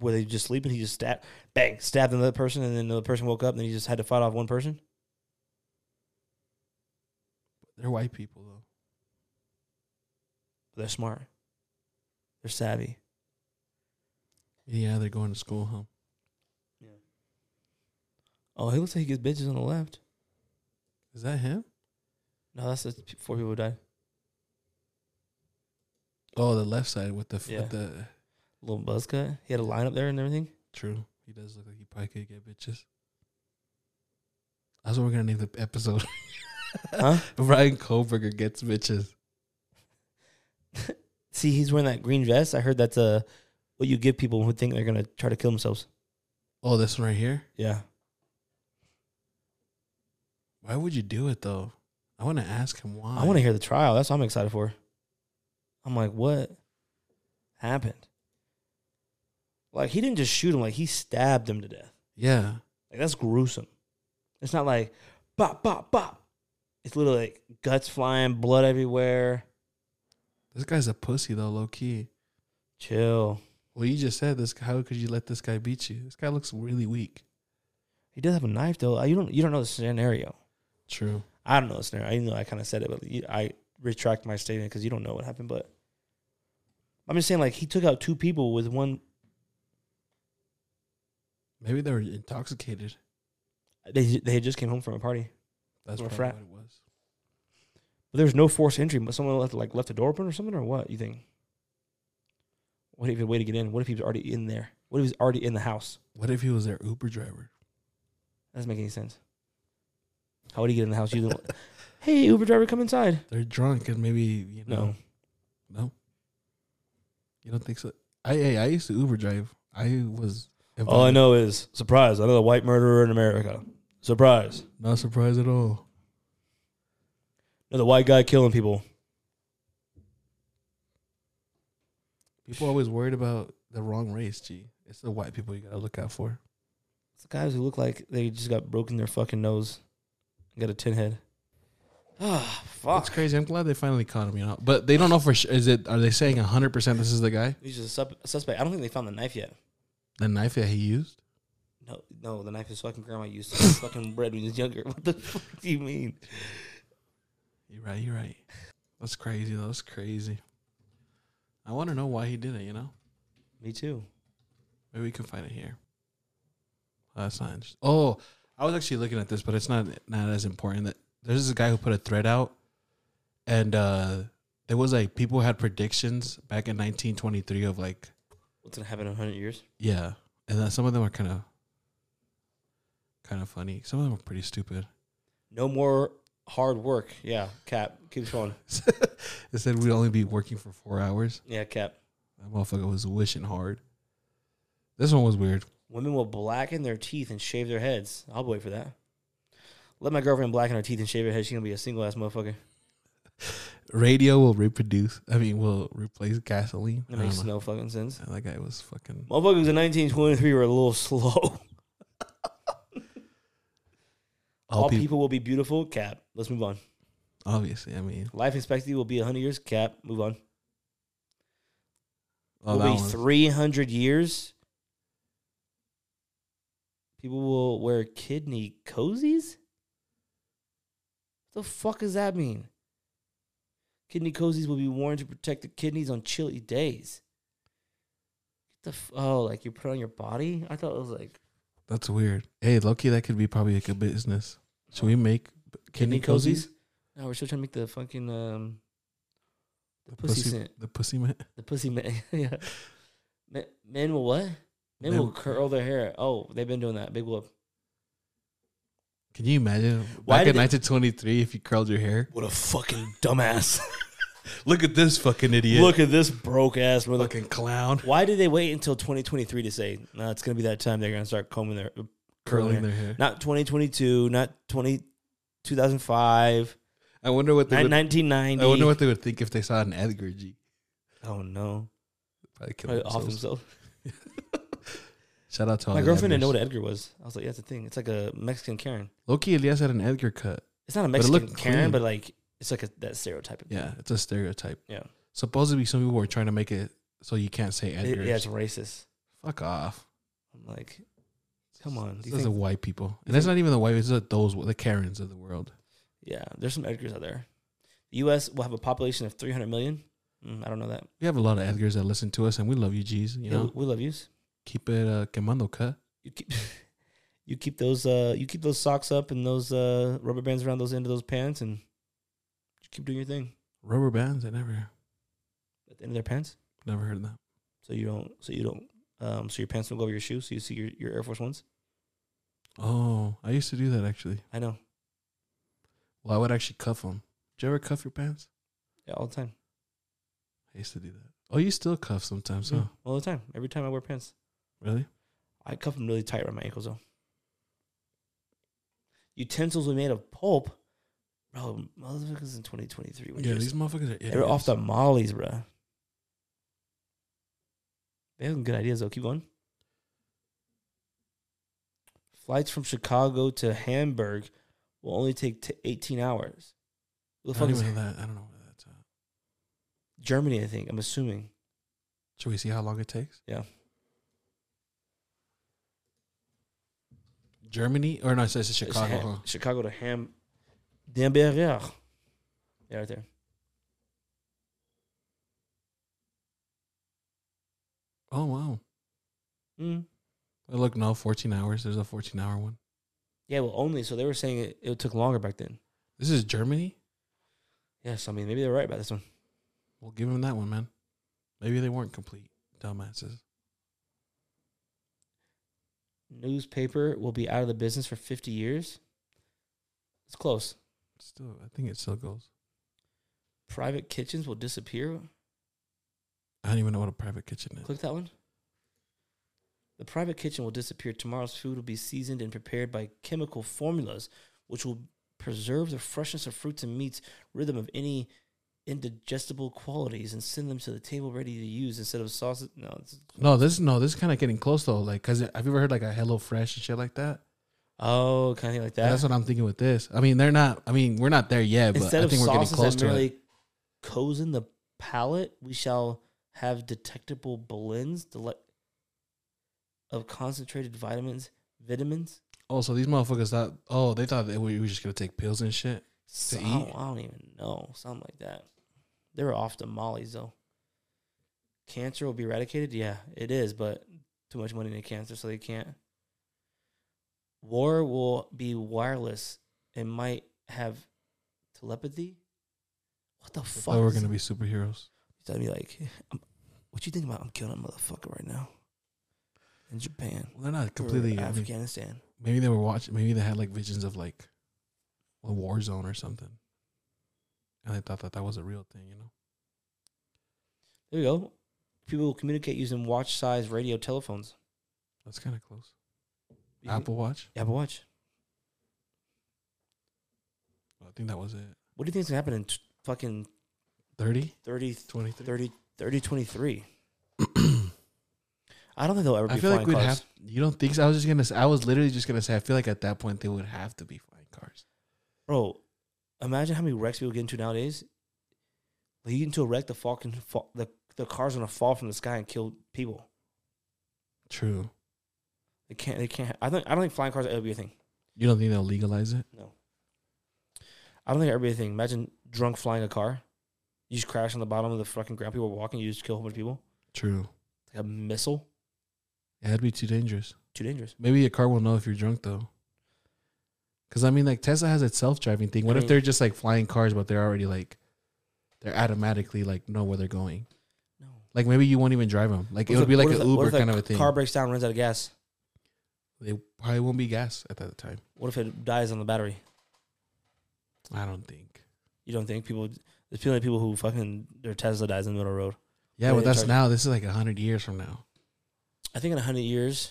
A: were they just sleeping? He just stabbed bang, stabbed another person and then another person woke up and then he just had to fight off one person?
B: They're white people though.
A: They're smart. They're savvy.
B: Yeah, they're going to school, huh?
A: Oh, he looks like he gets bitches on the left.
B: Is that him?
A: No, that's the four people who died.
B: Oh, the left side with the
A: Yeah.
B: with the
A: little buzz cut. He had a line up there and everything.
B: true. He does look like he probably could get bitches. That's what we're gonna name the episode.
A: Huh?
B: Ryan Kohlberger gets bitches.
A: See, he's wearing that green vest. I heard that's uh, what you give people who think they're gonna try to kill themselves.
B: Oh, this one right here.
A: Yeah,
B: Why would you do it though? I want to ask him why.
A: I want to hear the trial. That's what I'm excited for. I'm like, what happened? Like he didn't just shoot him. Like he stabbed him to death.
B: Yeah.
A: Like that's gruesome. It's not like bop bop bop. It's literally like guts flying, blood everywhere.
B: This guy's a pussy though, low key.
A: Chill.
B: Well, you just said this. How could you let this guy beat you? This guy looks really weak.
A: He does have a knife though. Uh, You don't. You don't know the scenario.
B: True.
A: I don't know the scenario. I know I kind of said it, but you, I retract my statement because you don't know what happened. But I'm just saying, like he took out two people with one.
B: Maybe they were intoxicated.
A: They they had just came home from a party.
B: That's
A: Or
B: probably
A: frat.
B: what it was.
A: But there was no forced entry. But someone left like left the door open or something or what? You think? What if a way to get in? What if he was already in there? What if he was already in the house?
B: What if he was their Uber driver?
A: That doesn't make any sense. How would he get in the house? You don't. hey, Uber driver, come inside.
B: They're drunk and maybe you
A: No.
B: know. No. You don't think so? I hey, I used to Uber drive. I was.
A: All I
B: involved.
A: know is surprise. Another white murderer in America. Surprise.
B: Not surprised at all.
A: Another white guy killing people.
B: People always worried about the wrong race. G. It's the white people you gotta look out for.
A: It's the guys who look like they just got broken their fucking nose and got a tin head. Ah,
B: It's crazy. I'm glad they finally caught him. You know, but they don't know for sure. Is it? Are they saying 100 percent this is the guy?
A: He's just a, sup- a suspect. I don't think they found the knife yet.
B: The knife that he used.
A: No, no, the knife his fucking grandma used to get fucking bread when he was younger. What the fuck do you mean?
B: You're right. You're right. That's crazy. though. That's crazy. I want to know why he did it. You know,
A: Me too.
B: maybe we can find it here. Oh, that's not interesting. Oh, I was actually looking at this, but it's not not as important. That there's this guy who put a thread out, and uh there was like people had predictions back in 1923 of like
A: What's gonna happen in hundred years?
B: yeah, and then some of them are kind of kind of funny. Some of them are pretty stupid.
A: No more hard work. Yeah, Cap. Keep going.
B: It said we'd only be working for four hours.
A: Yeah, Cap.
B: That motherfucker was wishing hard. This one was weird.
A: Women will blacken their teeth and shave their heads. I'll wait for that. Let my girlfriend blacken her teeth and shave her head. She's gonna be a single ass motherfucker.
B: Radio will reproduce. I mean, will replace gasoline. I
A: That
B: don't
A: makes
B: know.
A: no fucking sense.
B: Yeah, That guy was fucking.
A: Motherfuckers in 1923 were a little slow. All,
B: All
A: people.
B: people,
A: will be beautiful. Cap. Let's move on.
B: obviously. I mean,
A: Life expectancy will be 100 years. Cap. Move on.
B: oh, that
A: will be
B: one.
A: 300 years. People will wear kidney cozies? What the fuck does that mean? Kidney cozies will be worn to protect the kidneys on chilly days. What the f- oh, like you put on your body? I thought it was like
B: that's weird. Hey, Loki, that could be probably like a business. Should we make b- kidney, cozies?
A: No, we're still trying to make the fucking um
B: The
A: Pussy scent.
B: The pussy man.
A: the pussy man. yeah. Men, men will what? Men,
B: Men
A: will
B: will-
A: curl their hair. Oh, they've been doing that. Big whoop.
B: Can you imagine
A: Why
B: back
A: did
B: in
A: they-
B: 1923 if you curled your hair?
A: What a fucking dumbass.
B: Look at this fucking idiot.
A: Look at this broke ass mother.
B: fucking clown
A: Why did they wait until 2023 to say, no, it's going to be that time they're going to start combing their curling,
B: curling
A: their
B: their hair.
A: Not 2022, not 20, 2005,
B: I wonder what they
A: ni-
B: would,
A: 1990.
B: I wonder what they would think if they saw an Edgar G.
A: oh, no.
B: Probably kill
A: Probably off
B: themselves.
A: themselves.
B: Shout out to all
A: My
B: the
A: girlfriend
B: Edgars.
A: didn't know what Edgar was. I was like, yeah, that's a thing. It's like a Mexican Karen.
B: Loki Elias had an Edgar cut.
A: It's not a
B: it
A: Mexican
B: looked
A: Karen,
B: clean.
A: but like, it's like a, that stereotype. of-
B: Yeah, it's a stereotype.
A: Yeah.
B: Supposedly, some people were trying to make it so you can't say
A: It-
B: Edgar.
A: yeah, it's racist.
B: Fuck off.
A: I'm like, come on. Do
B: This
A: you
B: is the
A: think,
B: white people, and that's not even the white. It's like those the Karens of the world.
A: yeah, there's some Edgars out there. The U.S. will have a population of 300 million. Mm, I don't know that.
B: We have a lot of Edgars that listen to us, and we love you, G's. You
A: Yeah,
B: know,
A: we- we love yous.
B: keep it uh, quemando cut.
A: You keep you keep those uh you keep those socks up and those uh rubber bands around those end of those pants and you keep doing your thing
B: Rubber bands. I never,
A: at the end of their pants.
B: never heard of that.
A: So you don't so you don't um so your pants don't go over your shoes, so you see your, your Air Force Ones.
B: Oh, I used to do that actually.
A: I know.
B: Well, I would actually cuff them. Did you ever cuff your pants?
A: Yeah, all the time.
B: I used to do that. Oh, you still cuff sometimes, huh?
A: Yeah, all the time. Every time I wear pants.
B: Really?
A: Hmm. I cuff them really tight around my ankles though. Utensils were made of pulp. Bro, motherfuckers in twenty twenty three
B: Yeah, these motherfuckers are idiots.
A: They were off the mollies, bro. They have some good ideas, though. Keep going. Flights from Chicago to Hamburg will only take t- 18 hours. Who
B: I
A: The fuck
B: don't
A: is,
B: even know that. I don't know where that's at.
A: Germany, I think. I'm assuming.
B: Should we see how long it takes?
A: Yeah.
B: Germany or no? It says it's
A: It's
B: Chicago.
A: Ham-
B: huh?
A: Chicago to Ham. Danbury. Yeah, right there.
B: Oh wow!
A: Mm.
B: I look no, fourteen hours. There's a fourteen hour one.
A: Yeah, well, only. So they were saying it, it took longer back then.
B: This is Germany.
A: Yes, I mean, maybe they're right about this one.
B: We'll give them that one, man. Maybe they weren't complete dumbasses.
A: Newspaper will be out of the business for 50 years. It's close.
B: Still, I think it still goes.
A: Private kitchens will disappear.
B: I don't even know what a private kitchen is.
A: Click that one. The private kitchen will disappear. Tomorrow's food will be seasoned and prepared by chemical formulas, which will preserve the freshness of fruits and meats, rhythm of any indigestible qualities, and send them to the table ready to use instead of sausage. No, it's,
B: No, this no, this is kind of getting close though. Like, cause have you ever heard like a Hello Fresh and shit like that?
A: oh, kind of thing like that.
B: That's what I'm thinking with this. I mean, they're not. I mean, we're not there yet, but
A: Instead
B: I
A: of
B: think we're getting
A: sauces
B: close
A: that
B: to it.
A: merely cozen the palate, we shall have detectable blends deli- of concentrated vitamins, vitamins.
B: Oh, so these motherfuckers thought. Oh, they thought that we were just gonna take pills and shit.
A: So,
B: eat?
A: I, don't, I don't even know. Something like that. They were off the mollies though. Cancer will be eradicated. Yeah, it is, but too much money into cancer, so they can't. War will be wireless and might have telepathy. What the
B: They
A: fuck?
B: thought we were
A: is-
B: gonna be superheroes.
A: He's telling me like, I'm, "What you think about? I'm killing a motherfucker right now in Japan,
B: Well, they're not
A: or
B: completely. I mean,
A: Afghanistan."
B: maybe they were watching. Maybe they had like visions of like a war zone or something, and they thought that that was a real thing. You know,
A: There you go. People will communicate using watch-sized radio telephones.
B: that's kind of close.
A: You can-
B: Apple Watch.
A: Apple Watch.
B: I think that was it.
A: What do you think's gonna happen in t- fucking
B: 30?
A: 30,
B: 23?
A: 30, 30, 23? I don't think they'll ever
B: I
A: be
B: feel like
A: flying
B: we'd
A: cars.
B: have. You don't think? So? I was just gonna. Say, I was literally just gonna say. I feel like at that point they would have to be flying cars.
A: Bro, imagine how many wrecks people get into nowadays. Like you get into a wreck, the fall can fall, the the car's gonna fall from the sky and kill people.
B: True.
A: They can't. They can't. I think. I don't think flying cars will ever be a thing.
B: You don't think they'll legalize it?
A: I don't think everything. Imagine drunk flying a car. You just crash on the bottom of the fucking ground. People are walking. You just kill a whole bunch of people.
B: True.
A: Like a missile.
B: Yeah, it'd be too dangerous.
A: Too dangerous.
B: Maybe your car will know if you're drunk though. Cause I mean, like Tesla has its self-driving thing.
A: I
B: What if
A: mean-
B: they're just like flying cars, but they're already like, they're automatically like know where they're going.
A: No.
B: Like maybe you won't even drive them. Like
A: What
B: it
A: if
B: would be
A: the-
B: like
A: what if
B: an
A: the- what
B: Uber
A: if the
B: kind of a thing.
A: Car breaks down, runs out of gas.
B: they probably won't be gas at that time.
A: What if it dies on the battery?
B: I don't think.
A: You don't think people? There's plenty of people who fucking their Tesla dies in the middle of the road.
B: Yeah,
A: Yeah,
B: but
A: they
B: that's
A: charge-
B: now. This is like hundred years from now.
A: I think in hundred years.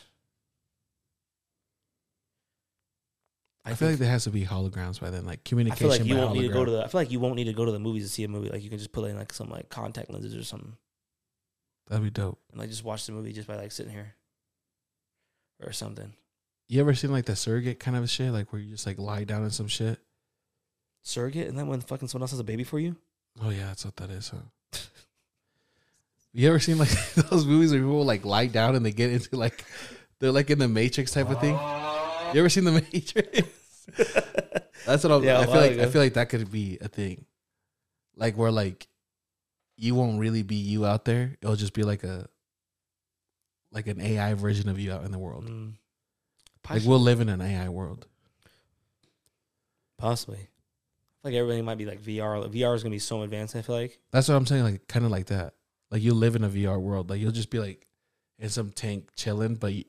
B: I, feel like there has to be holograms by then, like
A: I feel
B: communication.
A: like you
B: by
A: won't need to go
B: hologram.
A: to the. I feel like you won't need to go to the movies to see a movie. Like you can just put in like some like contact lenses or something.
B: That'd be dope.
A: and like just watch the movie just by like sitting here or something.
B: You ever seen like the surrogate kind of shit, like where you just like lie down in some shit?
A: Surrogate, and then when fucking someone else has a baby for you,
B: Oh yeah, that's what that is. Huh? you ever seen like those movies where people like lie down and they get into like they're like in the Matrix type of thing? You ever seen the Matrix? that's what I'm.
A: Yeah, a
B: I feel
A: while
B: like. I
A: ago.
B: feel like that could be a thing, like where like you won't really be you out there. It'll just be like a like an AI version of you out in the world.
A: Mm.
B: Like
A: Possibly.
B: we'll live in an AI world.
A: Possibly. I feel like everybody might be like VR. Like, VR is gonna be so advanced. I feel like
B: That's what I'm saying. Like kind of like that. Like you live in a VR world. Like you'll just be like in some tank chilling, but y-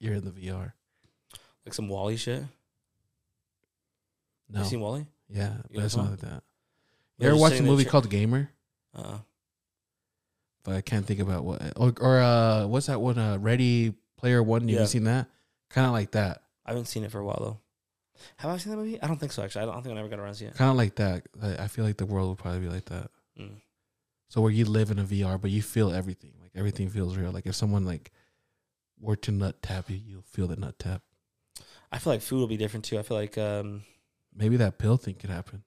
B: you're in the VR.
A: like some Wally shit.
B: No,
A: You seen Wally?
B: yeah,
A: You
B: but
A: know
B: it's not
A: what?
B: like that. You
A: They're
B: ever
A: just
B: watched a
A: sitting in
B: movie
A: a chair-
B: called Gamer?
A: Uh,
B: But I can't think about what or, or uh, what's that one? Uh, Ready Player One. You
A: Yeah.
B: ever seen that? Kind of like that.
A: I haven't seen it for a while though. Have I seen that movie? I don't think so. Actually, I don't I think I never got around to it.
B: Kind of like that. I I feel like the world will probably be like that.
A: Mm.
B: So where you live in a VR, but you feel everything. Like everything feels real. Like if someone like were to nut tap you, you'll feel the nut tap.
A: I feel like food will be different too. I feel like um,
B: Maybe that pill thing could happen.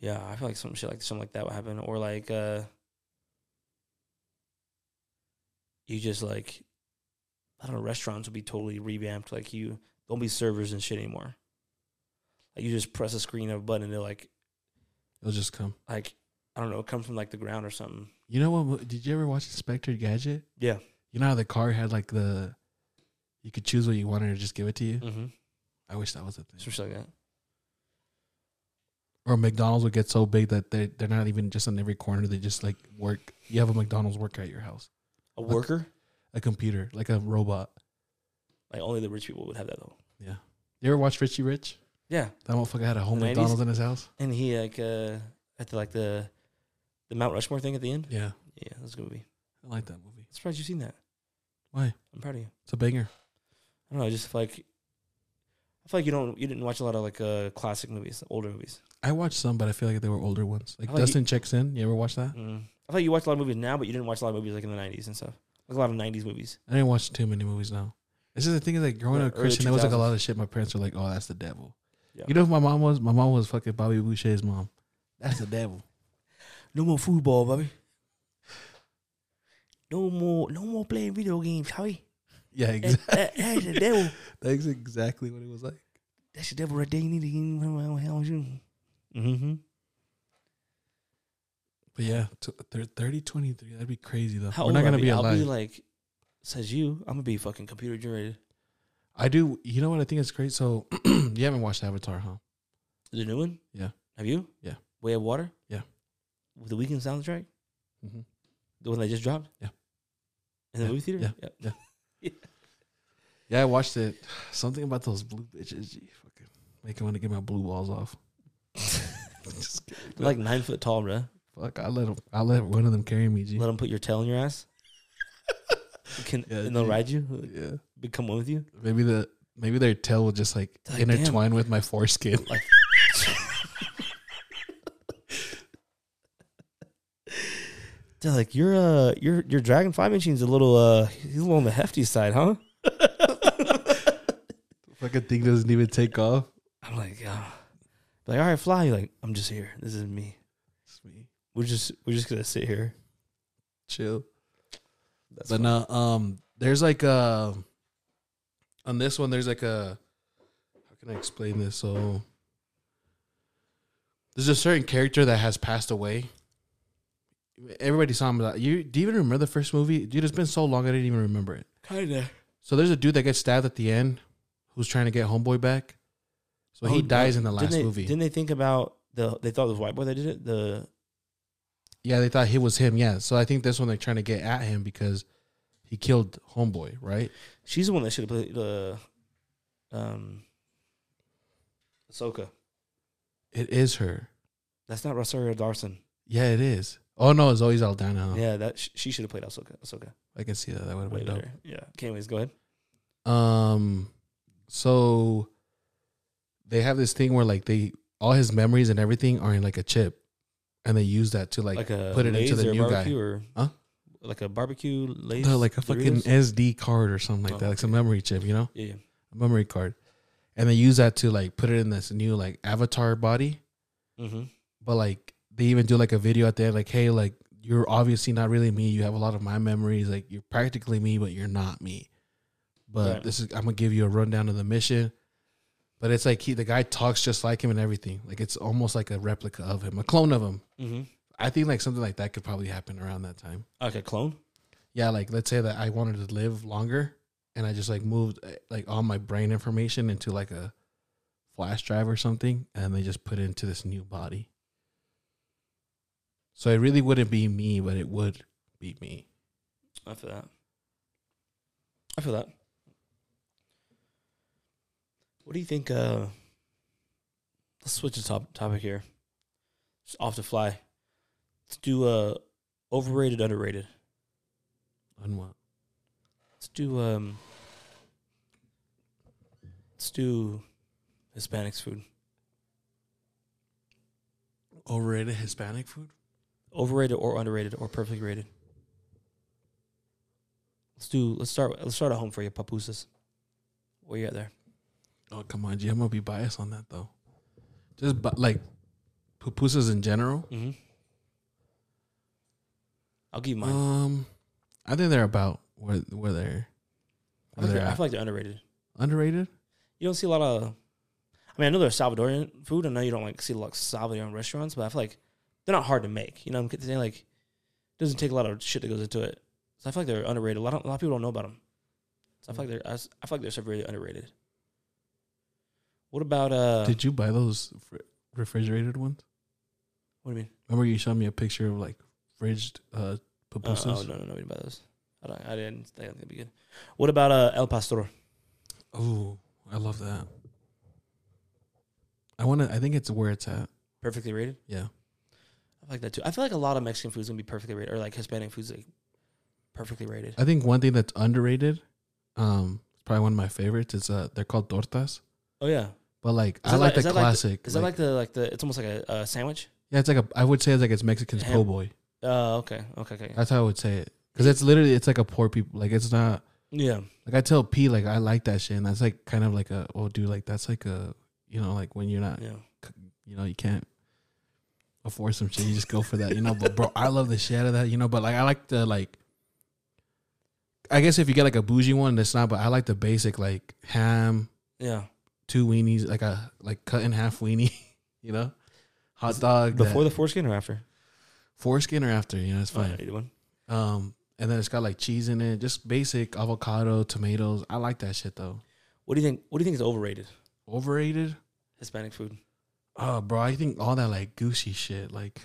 A: Yeah, I feel like some shit like something like that would happen, or like uh, you just like I don't know, restaurants would be totally revamped. Like you don't be servers and shit anymore. Like you just press a screen of a button and they're like
B: It'll just come.
A: like I don't know, it comes from like the ground or something.
B: You know what? Did you ever watch Inspector Gadget?
A: Yeah.
B: You know how the car had like the, you could choose what you wanted or just give it to you.
A: Mm-hmm.
B: I wish that was a thing.
A: Some shit like that.
B: Or McDonald's would get so big that they they're not even just on every corner. They just like work. You have a McDonald's worker at your house,
A: A
B: Like-
A: worker?
B: a computer, like a robot.
A: Like only the rich people would have that though.
B: Yeah. You ever watch Richie Rich?
A: Yeah.
B: That motherfucker had a whole
A: The 90s?
B: McDonald's in his house.
A: And he like uh at the like the the Mount Rushmore thing at the end.
B: Yeah,
A: Yeah, that's a good movie.
B: I like that movie.
A: I'm surprised you've seen that.
B: Why?
A: I'm proud of you.
B: It's a banger.
A: I don't know. I just feel like I feel like you don't you didn't watch a lot of like uh classic movies, older movies.
B: I watched some, but I feel like they were older ones. Like
A: I like
B: Dustin checks in. You ever watch that?
A: Mm. I feel like you watch a lot of movies now, but you didn't watch a lot of movies like in the '90s and stuff. Like a lot of '90s movies.
B: I didn't watch too many movies now. This is the thing is like growing
A: Yeah,
B: up
A: early
B: Christian, there was like a
A: 2000s.
B: lot of shit. My parents were like, "Oh, that's the devil."
A: Yeah.
B: You know, who my mom was my mom was fucking Bobby Boucher's mom. That's the devil.
A: No more football, baby. No more, no more playing video games, Howie.
B: Yeah,
A: That,
B: exactly.
A: that, Eh, that's the devil.
B: That's exactly what it was like.
A: That's the devil right there. You need to get him around hell you. Mm-hmm.
B: But yeah, t- thir- 30, 23, that'd be crazy though.
A: How
B: We're
A: old
B: not
A: will I
B: gonna be,
A: I'll
B: alive.
A: be like, says you. I'm gonna be fucking computer generated.
B: I do. You know what I think is crazy. So you haven't watched Avatar, huh?
A: The new one.
B: Yeah.
A: Have you?
B: Yeah.
A: Way of Water.
B: Yeah.
A: With the weekend soundtrack.
B: Mm-hmm.
A: The one they just dropped?
B: Yeah.
A: In the
B: Yeah,
A: movie theater?
B: yeah. Yeah, I watched it. Something about those blue bitches. Gee, fucking make me want to get my blue balls off. Just kidding.
A: They're like nine foot tall, bro.
B: Fuck, I let 'em- I let one of them carry me. G.
A: Let them put your tail in your ass. Can,
B: Yeah,
A: and they'll
B: dude.
A: ride you,
B: Yeah.
A: become one with you.
B: Maybe the maybe their tail will just like
A: Like,
B: intertwine with my foreskin. Like,
A: They're like, your uh, your your dragonfly machine's a little uh, he's a little on the hefty side, huh?
B: the fucking thing doesn't even take off.
A: I'm like, ah. like all right, fly. You're like, I'm just here. This is me.
B: It's me.
A: We're just we're just gonna sit here.
B: Chill.
A: That's
B: but
A: fine.
B: no, um, there's like a on this one. There's like a how can I explain this? So there's a certain character that has passed away. Everybody saw him. You do you even remember the first movie? Dude, it's been so long I didn't even remember it.
A: kinda.
B: So there's a dude that gets stabbed at the end, who's trying to get homeboy back. So
A: Oh,
B: he dies
A: no,
B: in the
A: didn't
B: last
A: they-
B: movie.
A: Didn't they think about the? They thought it was white boy that did it. The
B: Yeah, they thought he was him. Yeah, so I think this one they're trying to get at him because he killed homeboy, right?
A: She's the one that should have played the um Ahsoka.
B: It is her.
A: That's not Rosario Dawson.
B: Yeah, it is. Oh no, it's always Aldana. Huh?
A: Yeah, that sh- she should have played Ahsoka. Ahsoka.
B: I can see that. That would
A: Way
B: have been
A: better. Yeah. Okay, anyways, go ahead.
B: dope. Um, so they have this thing where like they all his memories and everything are in like a chip, and they use that to like,
A: Like, a
B: put it into
A: Lay's
B: the
A: or
B: new guy.
A: barbecue or
B: Huh?
A: Like a barbecue lace.
B: no, like a fucking SD card or something like
A: Oh,
B: that, like some memory chip, you know,
A: yeah, yeah.
B: a memory card, and they use that to like put it in this new like avatar body.
A: Mm-hmm.
B: but like they even do like a video at the end, like, hey, like you're obviously not really me. You have a lot of my memories. Like you're practically me, but you're not me. But
A: Right.
B: this is I'm gonna give you a rundown of the mission. But it's like he the guy talks just like him and everything. Like it's almost like a replica of him, a clone of him.
A: Mm-hmm.
B: I think like something like that could probably happen around that time.
A: Like a clone.
B: Yeah, like let's say that I wanted to live longer and I just like moved eh, like all my brain information into like a flash drive or something and they just put it into this new body. So it really wouldn't be me, but it would be me.
A: I feel that. I feel that. What do you think? Uh, let's switch the top, topic here. Just off the fly. Let's do uh, overrated, underrated.
B: On what?
A: Let's do um. Let's do Hispanics food.
B: Overrated Hispanic food?
A: Overrated or underrated or perfectly rated. Let's do. Let's start. Let's start at home for you, papusas. Where you at there?
B: Oh come on, G, I'm gonna be biased on that though. Just bu- like pupusas in general.
A: Mm-hmm. I'll give you mine.
B: Um, I think they're about where where they're,
A: I, feel like
B: where they're
A: they're, I
B: at.
A: feel like they're underrated.
B: underrated.
A: You don't see a lot of. I mean, I know they're Salvadorian food. I know you don't like see a lot of Salvadorian restaurants, but I feel like they're not hard to make. You know, what I'm saying like, it doesn't take a lot of shit that goes into it. So I feel like they're underrated. A lot of a lot of people don't know about them. So I feel like they're I, s- I feel like they're severely underrated. What about uh?
B: Did you buy those fr- refrigerated ones?
A: what do you mean?
B: Remember you showed me a picture of like fridged uh
A: Uh,
B: pupusas.
A: oh no no no! We didn't buy those. I don't. I didn't think that'd be good. What about uh El Pastor? Oh,
B: Ooh, I love that. I want to. I think it's where it's at.
A: Perfectly rated.
B: Yeah.
A: I like that too. I feel like a lot of Mexican food's gonna be perfectly rated, or like Hispanic food's like perfectly rated.
B: I think one thing that's underrated, um, probably one of my favorites is uh, they're called tortas.
A: Oh yeah, is
B: But like, I
A: that
B: like,
A: like- is
B: the
A: that like the-
B: classic.
A: that like the like the? It's almost like a, a sandwich.
B: yeah, it's like a. I would say it's like it's Mexican's
A: Ham-
B: po' boy.
A: Oh okay, okay, okay.
B: That's how I would say it. Because it's literally it's like a poor people. Like it's not
A: yeah,
B: like I tell P like I like that shit, and that's like kind of like a oh dude like that's like a you know like when you're not
A: yeah.
B: you know you can't afford some shit you just go for that you know but bro I love the shit out of that you know but like I like the like I guess if you get like a bougie one that's not but I like the basic like ham
A: Yeah.
B: two weenies like a like cut in half weenie you know hot dog
A: Before
B: that
A: the foreskin or after?
B: foreskin or after you know it's fine
A: Oh, either one.
B: um and then it's got like cheese in it just basic avocado tomatoes I like that shit though
A: What do you think? What do you think is overrated?
B: overrated.
A: Hispanic food.
B: Oh, bro, I think all that like Gucci shit, like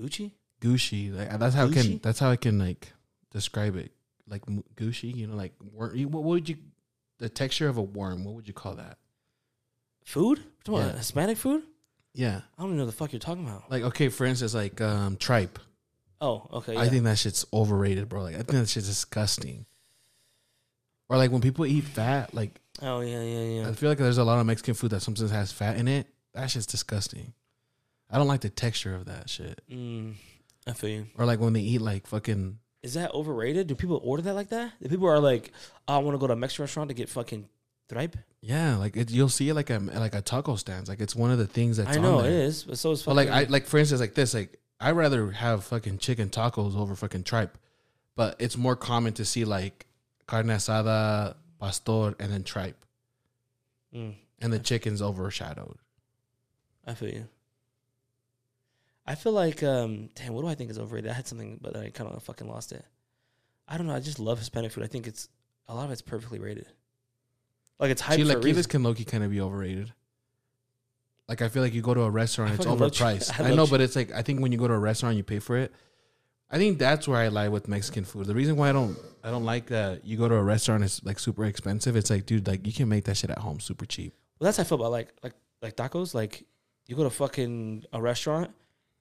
A: Gucci.
B: Gucci, like that's how I can
A: Gucci?
B: that's how I can like describe it, like m- Gucci, you know, like worm. you- What would you, the texture of a worm? What would you call that?
A: Food? We're talking about
B: Yeah.
A: Hispanic food?
B: Yeah,
A: I don't even know the fuck you're talking about.
B: like okay, for instance, like um tripe.
A: Oh, okay.
B: I
A: yeah.
B: think that shit's overrated, bro. Like I think that shit's disgusting. Or like when people eat fat, like
A: Oh yeah, yeah, yeah.
B: I feel like there's a lot of Mexican food that sometimes has fat in it. That shit's disgusting. I don't like the texture of that shit.
A: Mm, I feel you.
B: Or like when they eat like fucking
A: Is that overrated? Do people order that like that? Do people are like, I want to go to a Mexican restaurant to get fucking thripe.
B: Yeah, like it, you'll see it like a like a taco stands. Like it's one of the things that's
A: I know
B: on
A: it
B: there.
A: is, but so is
B: But
A: fucking.
B: like I like for instance like this like I would rather have fucking chicken tacos over fucking tripe, but it's more common to see like carne asada, pastor, and then tripe,
A: Mm,
B: and the chicken's overshadowed.
A: I feel you. I feel like, um, damn, what do I think is overrated? I had something, but then I kind of fucking lost it. I don't know. I just love Hispanic food. I think it's a lot of it's perfectly rated. Like it's hyped for a
B: Chilaquiles
A: reason.
B: can Loki kind of be overrated. Like I feel like you go to a restaurant,
A: I
B: it's
A: fucking love chi-
B: overpriced.
A: I
B: I,
A: love
B: know,
A: chi-
B: but it's like I think when you go to a restaurant, you pay for it. I think that's where I lie with Mexican food. The reason why I don't I don't like that you go to a restaurant it's like super expensive. It's like, dude, like you can make that shit at home super cheap.
A: Well, that's how I feel about like like like tacos. Like you go to fucking a restaurant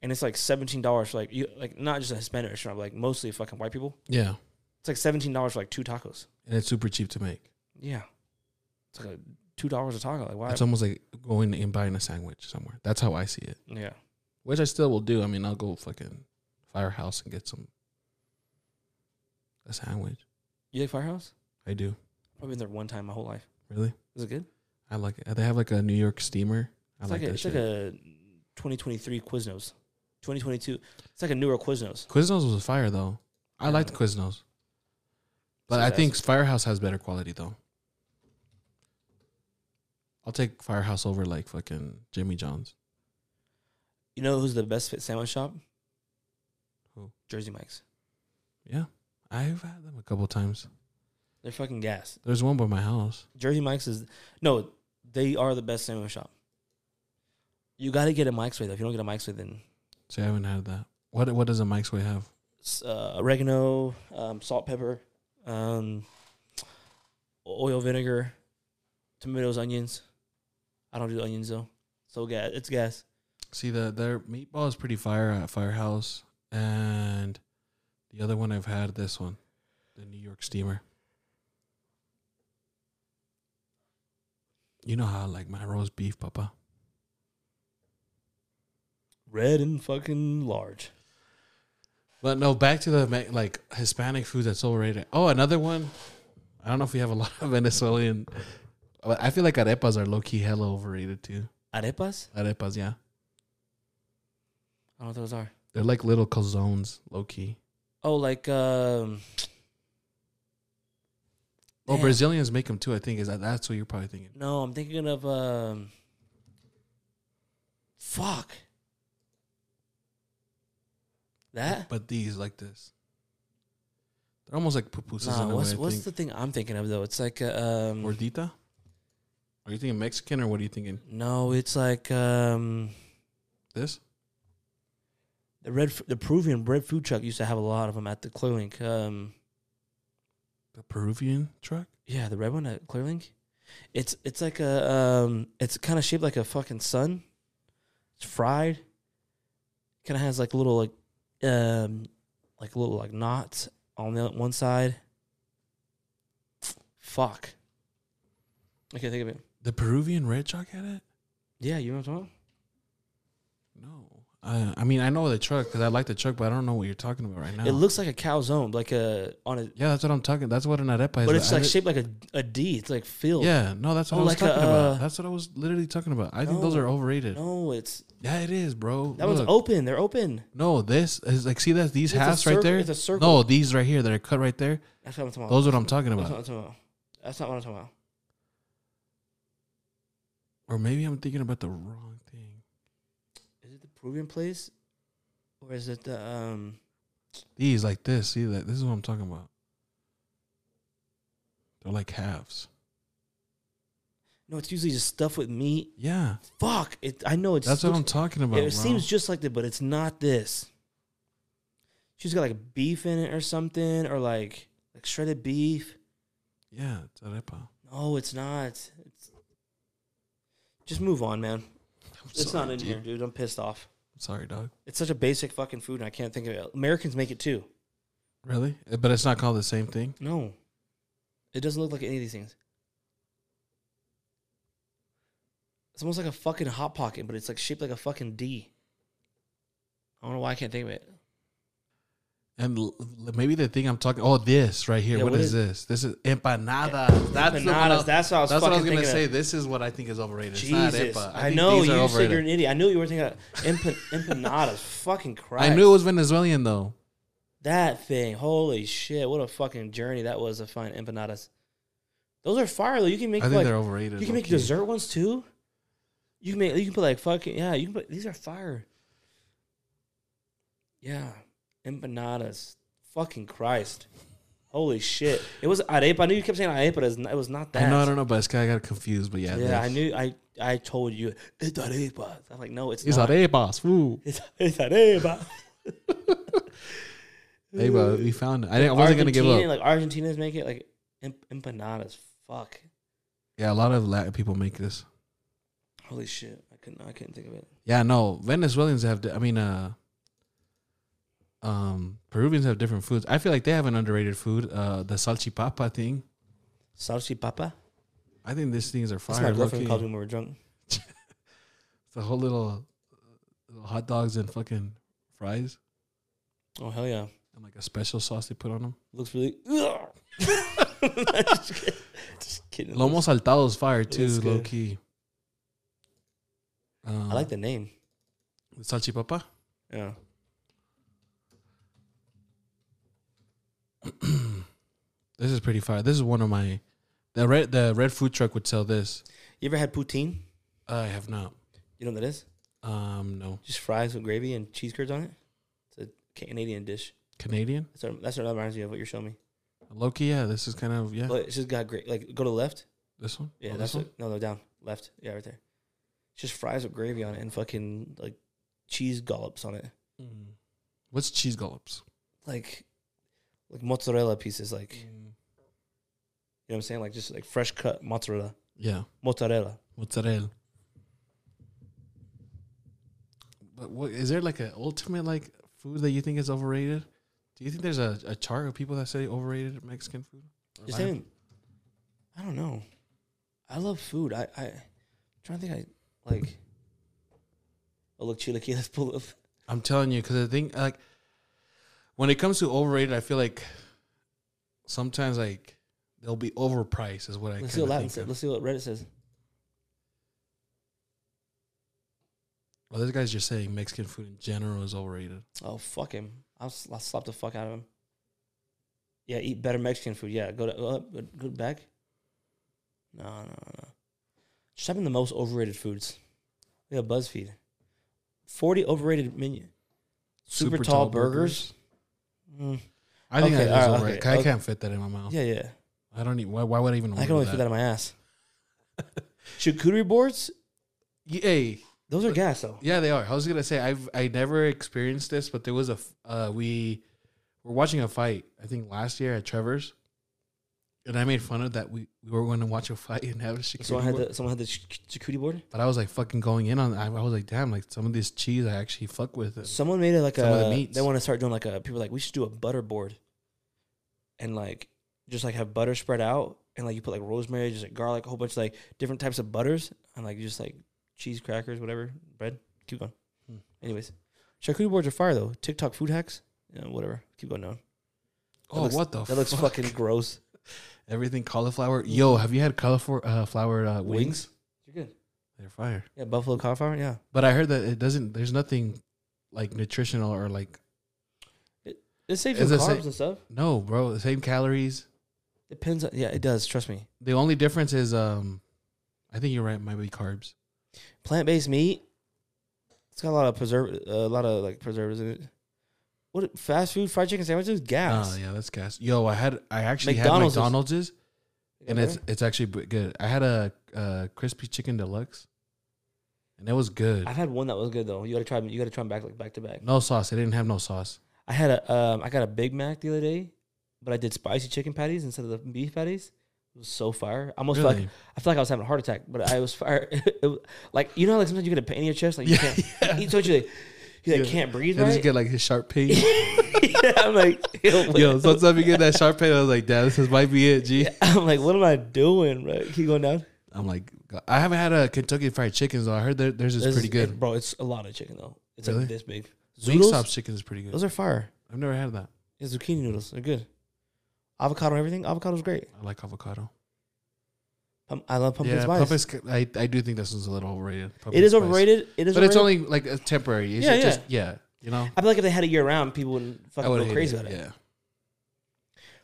A: and it's like seventeen dollars for like you like not just a Hispanic restaurant, but like mostly fucking white people.
B: Yeah,
A: It's like seventeen dollars for like two tacos.
B: and it's super cheap to make.
A: Yeah, it's like a, two dollars a taco. Like why?
B: It's almost like going and buying a sandwich somewhere. That's how I see it,
A: yeah,
B: which I still will do. I mean, I'll go fucking firehouse and get some a sandwich.
A: you like Firehouse?
B: I do
A: I've probably been there one time my whole life.
B: really.
A: Is it good?
B: I like it. They have like a New York steamer. I
A: It's like,
B: like,
A: a,
B: that
A: it's
B: shit.
A: like a 2023 Quiznos, 2022. It's like a newer Quiznos.
B: Quiznos was fire though. I
A: Yeah.
B: liked Quiznos, but
A: So
B: I
A: that's-
B: think Firehouse has better quality though. I'll take Firehouse over like fucking Jimmy John's.
A: You know who's the best fit sandwich shop?
B: Who?
A: Jersey Mike's.
B: Yeah, I've had them a couple times.
A: They're fucking gas.
B: There's one by my house.
A: Jersey Mike's is no, they are the best sandwich shop. You got to get a Mike's way though. If you don't get a Mike's way, then
B: See, I haven't had that. What What does a Mike's Way have?
A: s- uh, oregano, um, salt, pepper, um, oil, vinegar, tomatoes, onions. I don't do onions though, so gas. It's gas.
B: See, the their meatball is pretty fire at Firehouse, and the other one I've had this one, the New York Steamer. You know how I like my roast beef, Papa.
A: Red and fucking large.
B: But no, back to the Me- like Hispanic food that's overrated. Oh, another one. I don't know if we have a lot of Venezuelan. But I feel like arepas are low key hella overrated too.
A: Arepas?
B: Arepas, yeah.
A: I don't know what those are.
B: They're like little calzones, low key.
A: Oh, like um,
B: Oh,
A: Damn.
B: Brazilians make them too. I think is that that's what you're probably thinking.
A: no, I'm thinking of um, fuck, that.
B: But these like this. They're almost like pupusas
A: Nah,
B: in a
A: what's
B: way. I
A: what's
B: think.
A: the thing I'm thinking of though? It's like uh, um,
B: Gordita? Are you thinking Mexican or what are you thinking?
A: no, it's like um,
B: This?
A: the red, f- the Peruvian red food truck used to have a lot of them at the Clearlink. Um,
B: The Peruvian truck?
A: yeah, the red one at Clearlink. It's it's like a um, it's kind of shaped like a fucking sun. It's fried. Kind of has like little like um, like little like knots on the one side. Fuck. I can't think of it.
B: The Peruvian red truck had it?
A: Yeah, you know what I'm talking about?
B: No. Uh, I mean, I know the truck because I like the truck, but I don't know what you're talking about right now.
A: It looks like a calzone, like a on a
B: yeah, that's what I'm talking. That's what an arepa is.
A: But it's
B: I
A: like
B: li-
A: shaped like a, a D. It's like filled.
B: Yeah, no, that's what
A: Oh,
B: I was
A: like a,
B: talking
A: uh,
B: about. That's what I was literally talking about. I think those
A: No.
B: are overrated.
A: No, it's
B: Yeah, it is, bro.
A: that one's
B: Look.
A: open. They're open.
B: No, this is like see that these
A: It's a
B: halves
A: circle-
B: right there.
A: it's a circle. Oh.
B: No, these right here that are cut right there.
A: That's not what I'm talking
B: Those are what I'm talking
A: about. That's not what
B: about.
A: I'm talking about. That's not what I'm talking about.
B: Or maybe I'm thinking about the wrong thing.
A: Is it the Peruvian place, or is it the um?
B: These like this. See that? This is what I'm talking about. They're like halves.
A: No, it's usually just stuff with meat.
B: Yeah,
A: Fuck it. I know it's.
B: that's what I'm
A: looks-
B: talking about.
A: It
B: bro.
A: seems just like that, but it's not this. She's got like beef in it or something, or like like shredded beef.
B: yeah, it's arepa.
A: No, it's not. It's just move on, man.
B: I'm
A: It's
B: sorry,
A: not in
B: dude.
A: here, dude. I'm pissed off.
B: I'm sorry, dog.
A: It's such a basic fucking food, and I can't think of it. Americans make it too.
B: Really? Uh, But it's not called the same thing.
A: No, it doesn't look like any of these things. It's almost like a fucking hot pocket, but it's like shaped like a fucking D. I don't know why I can't think of it.
B: And l- l- maybe the thing I'm talking. Oh, this right here.
A: Yeah,
B: what
A: what
B: is,
A: is- Eh,
B: this? This is empanadas. That's the one I-
A: Empanadas, that's what I was
B: That's what I was
A: fucking
B: gonna
A: thinking
B: say.
A: of.
B: This is what I think is overrated.
A: Jesus,
B: it's not arepa.
A: I,
B: think
A: know
B: these are
A: you said
B: overrated.
A: you're an idiot. I knew you were thinking about empan- empanadas. fucking Christ!
B: I knew it was Venezuelan though.
A: that thing. Holy shit! What a fucking journey that was to find empanadas. Those are fire though. You can
B: I
A: make
B: think
A: like
B: they're overrated.
A: You can make
B: low-key.
A: dessert ones too. You can make you can put like fucking yeah, you can put these are fire. Yeah. Empanadas. Fucking Christ. Holy shit. It was arepa. I knew you kept saying arepa, but it's not- it was not that.
B: I know, I don't know, but this guy got confused. But yeah,
A: yeah, I knew I I told you it's arepa. I'm like, no, it's
B: It's
A: not.
B: arepas. Woo.
A: It's, it's arepa.
B: Hey, bro, we found it. I, didn't, I wasn't gonna give
A: Argentina-
B: up.
A: Like Argentina's make it like em- empanadas. Fuck.
B: Yeah, a lot of Latin people make this.
A: Holy shit. I couldn't I couldn't think of it.
B: Yeah, no, Venezuelans have. di- I mean, uh, um, Peruvians have different foods. I feel like they have an underrated food. Uh, the salchipapa thing.
A: Salchipapa.
B: I think these things are
A: That's
B: fire.
A: my
B: low-key.
A: girlfriend called me when we were drunk.
B: the whole little, little hot dogs and fucking fries
A: Oh hell yeah!
B: and like a special sauce they put on them.
A: Looks really. just kidding. Just kidding.
B: Lomo saltado is fire too,
A: is
B: low
A: good.
B: key. Um,
A: I like the name.
B: salchipapa.
A: Yeah.
B: This is pretty fire. This is one of my the red the red food truck would sell this.
A: You ever had poutine?
B: I have not.
A: You know what that is?
B: Um, no
A: Just fries with gravy and cheese curds on it. It's a Canadian dish.
B: Canadian
A: That's what, that's what that reminds me of what you're showing me.
B: low key. Yeah, this is kind of yeah.
A: But it's just got great. Like go to the left.
B: This one.
A: Yeah,
B: Oh,
A: that's
B: this one.
A: what, no no down left. Yeah, right there. It's Just fries with gravy on it and fucking like cheese dollops on it.
B: Mm. What's cheese gollops?
A: Like like mozzarella pieces. Like you know what I'm saying? Like just like fresh cut mozzarella.
B: Yeah,
A: Mozzarella.
B: mozzarella. But what is there like an ultimate like food that you think is overrated? Do you think there's a, a chart of people that say overrated Mexican food? Or
A: Just
B: Latin-
A: saying, I don't know. I love food. I, I I'm trying to think. I like. Oh look, chilaquiles pull up.
B: I'm telling you, because I think like when it comes to overrated, I feel like sometimes like they'll be overpriced. Is what I
A: Let's see
B: kinda
A: what Latin
B: think
A: says.
B: of.
A: Let's see what Reddit says.
B: Well, this guy's just saying Mexican food in general is overrated.
A: Oh fuck him! I'll, s- I'll slap the fuck out of him. Yeah, eat better Mexican food. Yeah, go to uh, go, go back. No, no, no. Just type in the most overrated foods. We got BuzzFeed. Forty overrated menu. Super, tall, burgers. Mm,
B: I think
A: Okay,
B: that is
A: alright,
B: overrated.
A: okay,
B: I
A: okay.
B: can't fit that in my mouth.
A: yeah, yeah.
B: I don't need. Why, why would I even?
A: I can only fit that in my ass. Charcuterie boards.
B: Y- Hey,
A: Those are gas though.
B: yeah, they are. I was gonna say I've I never experienced this, but there was a f- uh, we were watching a fight. I think last year at Trevor's, and I made fun of that. We, we were going to watch a fight and have a charcuterie
A: Someone had
B: board.
A: the someone had the ch- charcuterie board.
B: but I was like fucking going in on. I, I was like, damn, like some of this cheese I actually fuck with. And
A: Someone made it like
B: Some
A: a.
B: of the meats.
A: They want to start doing like a. People are like we should do a butter board, and like just like have butter spread out, and like you put like rosemary, just like garlic, a whole bunch of like different types of butters, and like just like cheese crackers, whatever bread. Keep going.
B: Hmm.
A: Anyways, charcuterie boards are fire though. TikTok food hacks, yeah, whatever. Keep going on.
B: oh,
A: looks-
B: what the?
A: That looks fucking gross.
B: everything cauliflower. Yo, have you had cauliflower uh, flower uh, wings?
A: Wings? You're good.
B: They're fire.
A: Yeah, buffalo cauliflower. Yeah,
B: But I heard that it doesn't. There's nothing like nutritional or like
A: it saves you
B: Is it
A: carbs
B: sa-
A: and stuff.
B: no, bro. The same calories.
A: Depends. On, yeah, it does. Trust me.
B: The only difference is um, I think you're right. Might be carbs.
A: plant based meat. It's got a lot of preserve, a lot of like preservatives in it. What fast food fried chicken sandwiches? Gas.
B: Oh yeah, that's gas. Yo, I had I actually
A: McDonald's is-
B: had McDonald's
A: You got
B: and it's
A: better?
B: it's actually b- good. I had a, uh crispy chicken deluxe, and it was good.
A: I've had one that was good though. You gotta try. 'em- You gotta try 'em back like back to back.
B: No sauce. It didn't have no sauce.
A: I had a, um, I got a Big Mac the other day, but I did spicy chicken patties instead of the beef patties. It was so fire. I almost felt
B: Really?
A: like I felt like I was having a heart attack, but I was fire. It was- like you know, like sometimes you get a pain in your chest, like you can't. You, so you like, you like
B: Yeah.
A: can't breathe
B: I just
A: right.
B: get like his sharp pain.
A: yeah, I'm like,
B: Yo, sometimes you get that sharp pain. I was like, damn, this might be it, G.
A: I'm like, what am I doing? Right? Keep going down.
B: I'm like, I haven't had a Kentucky Fried Chicken, though. I heard that theirs is
A: This
B: pretty
A: is-
B: good.
A: bro. It's a lot of chicken though. It's
B: Really?
A: like this big.
B: Wingstop's
A: Zoodles,
B: chicken is pretty good.
A: those are fire.
B: I've never had that.
A: Yeah, zucchini noodles, they're good. Avocado and everything. Avocado's great.
B: I like avocado.
A: Pum- I love pumpkin
B: yeah,
A: spice.
B: pumpkin spice. I, I do think this one's a little overrated. Pumpkin
A: it is
B: spice.
A: overrated. It is.
B: but it's
A: overrated.
B: only like a temporary. It's
A: Yeah,
B: yeah, just, yeah. You know,
A: I feel like if they had it year round, people wouldn't
B: I
A: fucking
B: would
A: go
B: hate
A: crazy
B: it.
A: about it.
B: Yeah,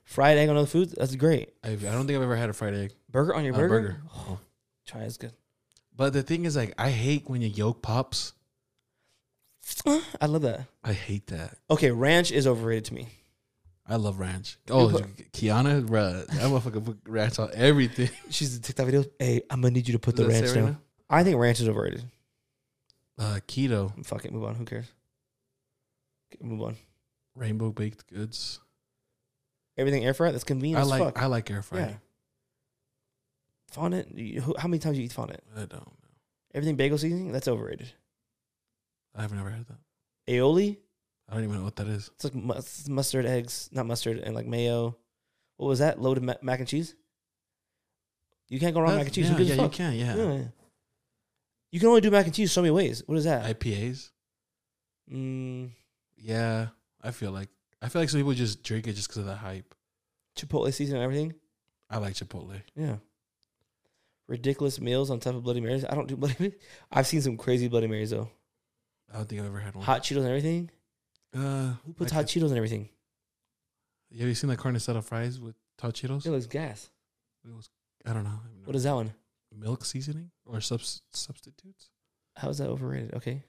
A: Fried egg on other foods. That's great.
B: I, I don't think I've ever had a fried egg.
A: Burger on your
B: on a
A: burger.
B: burger. Oh.
A: Try it's good.
B: But the thing is, like, I hate when your yolk pops.
A: I love that.
B: I hate that.
A: Okay, ranch is overrated to me.
B: I love ranch. Oh,
A: put-
B: Kiana, bruh, that motherfucker put ranch on everything.
A: She's in TikTok videos. Hey, I'm gonna need you to put the
B: Does it
A: ranch
B: say
A: down.
B: right
A: I think ranch is overrated.
B: now? Uh, keto,
A: Fuck it, move on. Who cares? Okay, Move on.
B: rainbow baked goods.
A: Everything air fried. That's
B: I
A: convenient as
B: like
A: fuck.
B: I like air frying.
A: Yeah. Fondant. you- who- How many times you eat fondant?
B: I don't know.
A: Everything bagel seasoning. That's overrated.
B: I've never had that.
A: Aioli.
B: I don't even know what that is.
A: It's like mus- mustard, eggs, not mustard, and like mayo. What was that? Loaded ma- mac and cheese. You can't go wrong with mac and cheese.
B: Yeah,
A: Who gives
B: yeah
A: a
B: you
A: fuck?
B: can. Yeah.
A: Yeah, yeah. You can only do mac and cheese so many ways. What is that?
B: IPAs.
A: mm,
B: Yeah, I feel like I feel like some people just drink it just because of the hype.
A: Chipotle seasoning and everything.
B: I like Chipotle.
A: Yeah. Ridiculous meals on top of Bloody Marys. I don't do Bloody Marys. I've seen some crazy Bloody Marys though.
B: I don't think I've ever had one.
A: Hot Cheetos and everything.
B: Uh,
A: Who puts
B: I
A: hot
B: could-
A: Cheetos and everything?
B: Have you seen the carnicetta fries with hot Cheetos?
A: It looks gas.
B: It was, I don't know. I've never-
A: What is that one?
B: milk seasoning or subs- substitutes?
A: How is that overrated? Okay.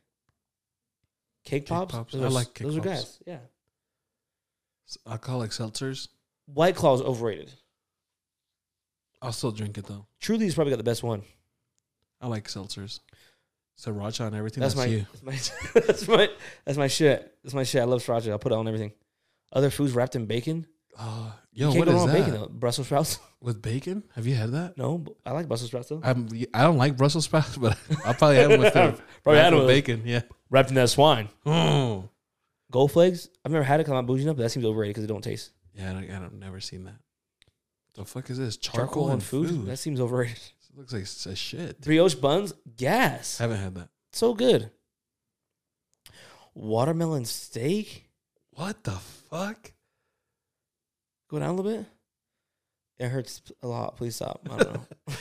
A: Cake pops.
B: pops.
A: Those
B: I
A: are-
B: like cake
A: those are
B: pops.
A: gas. Yeah.
B: S- Alcoholic seltzers.
A: White Claw is overrated.
B: I'll still drink it though.
A: Truly's probably got the best one.
B: I like seltzers. Sriracha and everything.
A: That's,
B: That's,
A: my,
B: you.
A: that's my that's my that's my shit. That's my shit. I love sriracha. I'll put it on everything. Other foods wrapped in bacon.
B: Oh,
A: You
B: yo,
A: can't
B: what
A: go
B: is
A: wrong
B: that?
A: with bacon though. Brussels sprouts.
B: With bacon? Have you had that?
A: No, but I like Brussels sprouts though.
B: I'm, I don't like Brussels sprouts, but I'll probably have one with it.
A: Probably had
B: Wrapped
A: one
B: with
A: bacon.
B: bacon. Yeah.
A: wrapped in that swine.
B: Oh.
A: Gold flakes. I've never had it because I'm not bougie enough, but that seems overrated because it don't taste.
B: Yeah, I don't, I don't, never seen that. The fuck is this? Charcoal,
A: Charcoal,
B: and
A: on food?
B: food?
A: That seems overrated.
B: It looks like s- a shit.
A: Brioche buns, gas.
B: haven't had that.
A: So good. Watermelon steak.
B: What the fuck?
A: Go down a little bit. It hurts a lot. Please stop. I don't know.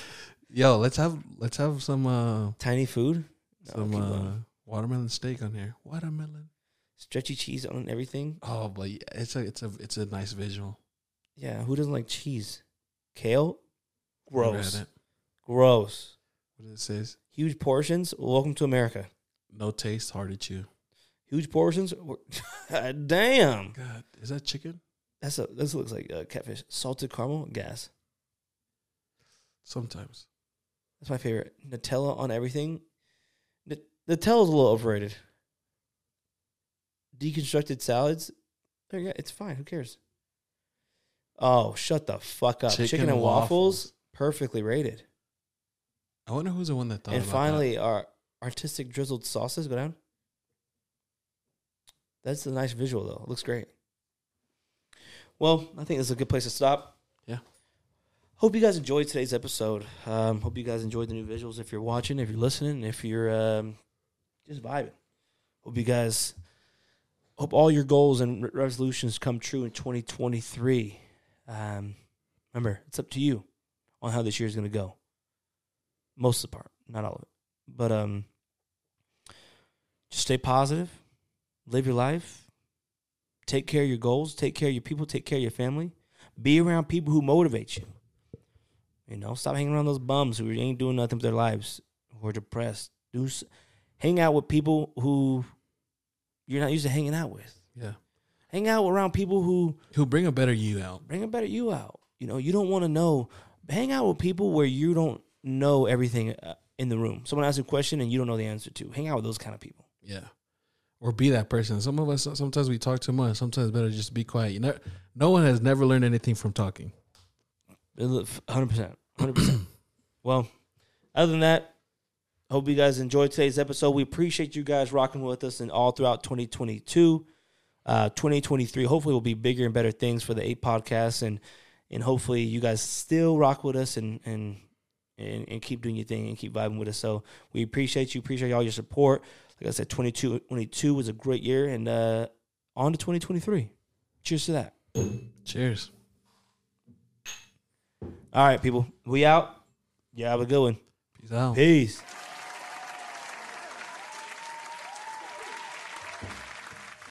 B: Yo, let's have let's have some uh
A: Tiny food. No,
B: some
A: keep
B: uh
A: going.
B: watermelon steak on here. Watermelon.
A: Stretchy cheese on everything.
B: Oh, but yeah, it's a it's a it's a nice visual.
A: Yeah, who doesn't like cheese? Kale?
B: Never had
A: Gross.
B: it.
A: Gross.
B: What does it says?
A: Huge portions. Welcome to America.
B: No taste, hard to chew.
A: Huge portions. Damn.
B: God, is that chicken?
A: That's a this looks like uh, catfish. Salted caramel, gas.
B: Sometimes.
A: That's my favorite. Nutella on everything. N- Nutella's a little overrated. Deconstructed salads. There you go. It's fine. Who cares? Oh, shut the fuck up. Chicken,
B: Chicken
A: and
B: and
A: waffles,
B: waffles.
A: perfectly rated.
B: I wonder who's the one that thought.
A: and
B: about
A: finally, our artistic drizzled sauces go down. That's a nice visual, though. It looks great. Well, I think this is a good place to stop.
B: Yeah.
A: Hope you guys enjoyed today's episode. Um, hope you guys enjoyed the new visuals. If you're watching, if you're listening, if you're um, just vibing, hope you guys hope all your goals and re- resolutions come true in 2023. Um, remember, it's up to you on how this year's going to go most of the part, not all of it. But um, just stay positive, live your life, take care of your goals, take care of your people, take care of your family, be around people who motivate you. You know, stop hanging around those bums who ain't doing nothing with their lives, who are depressed. Do s- hang out with people who you're not used to hanging out with.
B: that. Yeah.
A: Hang out around people who
B: Who bring a better you out?
A: bring a better you out. You know, you don't want to know. Hang out with people where you don't know everything uh, in the room. Someone asks you a question and you don't know the answer to. Hang out with those kind of people.
B: Yeah. Or be that person. Some of us sometimes we talk too much. Sometimes it's better just be quiet. You know, no one has never learned anything from talking.
A: Hundred percent, hundred percent. Well, other than that, hope you guys enjoyed today's episode. We appreciate you guys rocking with us and all throughout 2022, uh, 2023. Hopefully, will be bigger and better things for the eight podcasts, and and hopefully you guys still rock with us and and. And, and keep doing your thing and keep vibing with us. So we appreciate you. Appreciate all your support. Like I said, 22, 22 was a great year. And uh, on to 2023. Cheers to that.
B: Cheers.
A: All right, people. We out. Yeah, have a good one.
B: Peace out.
A: Peace.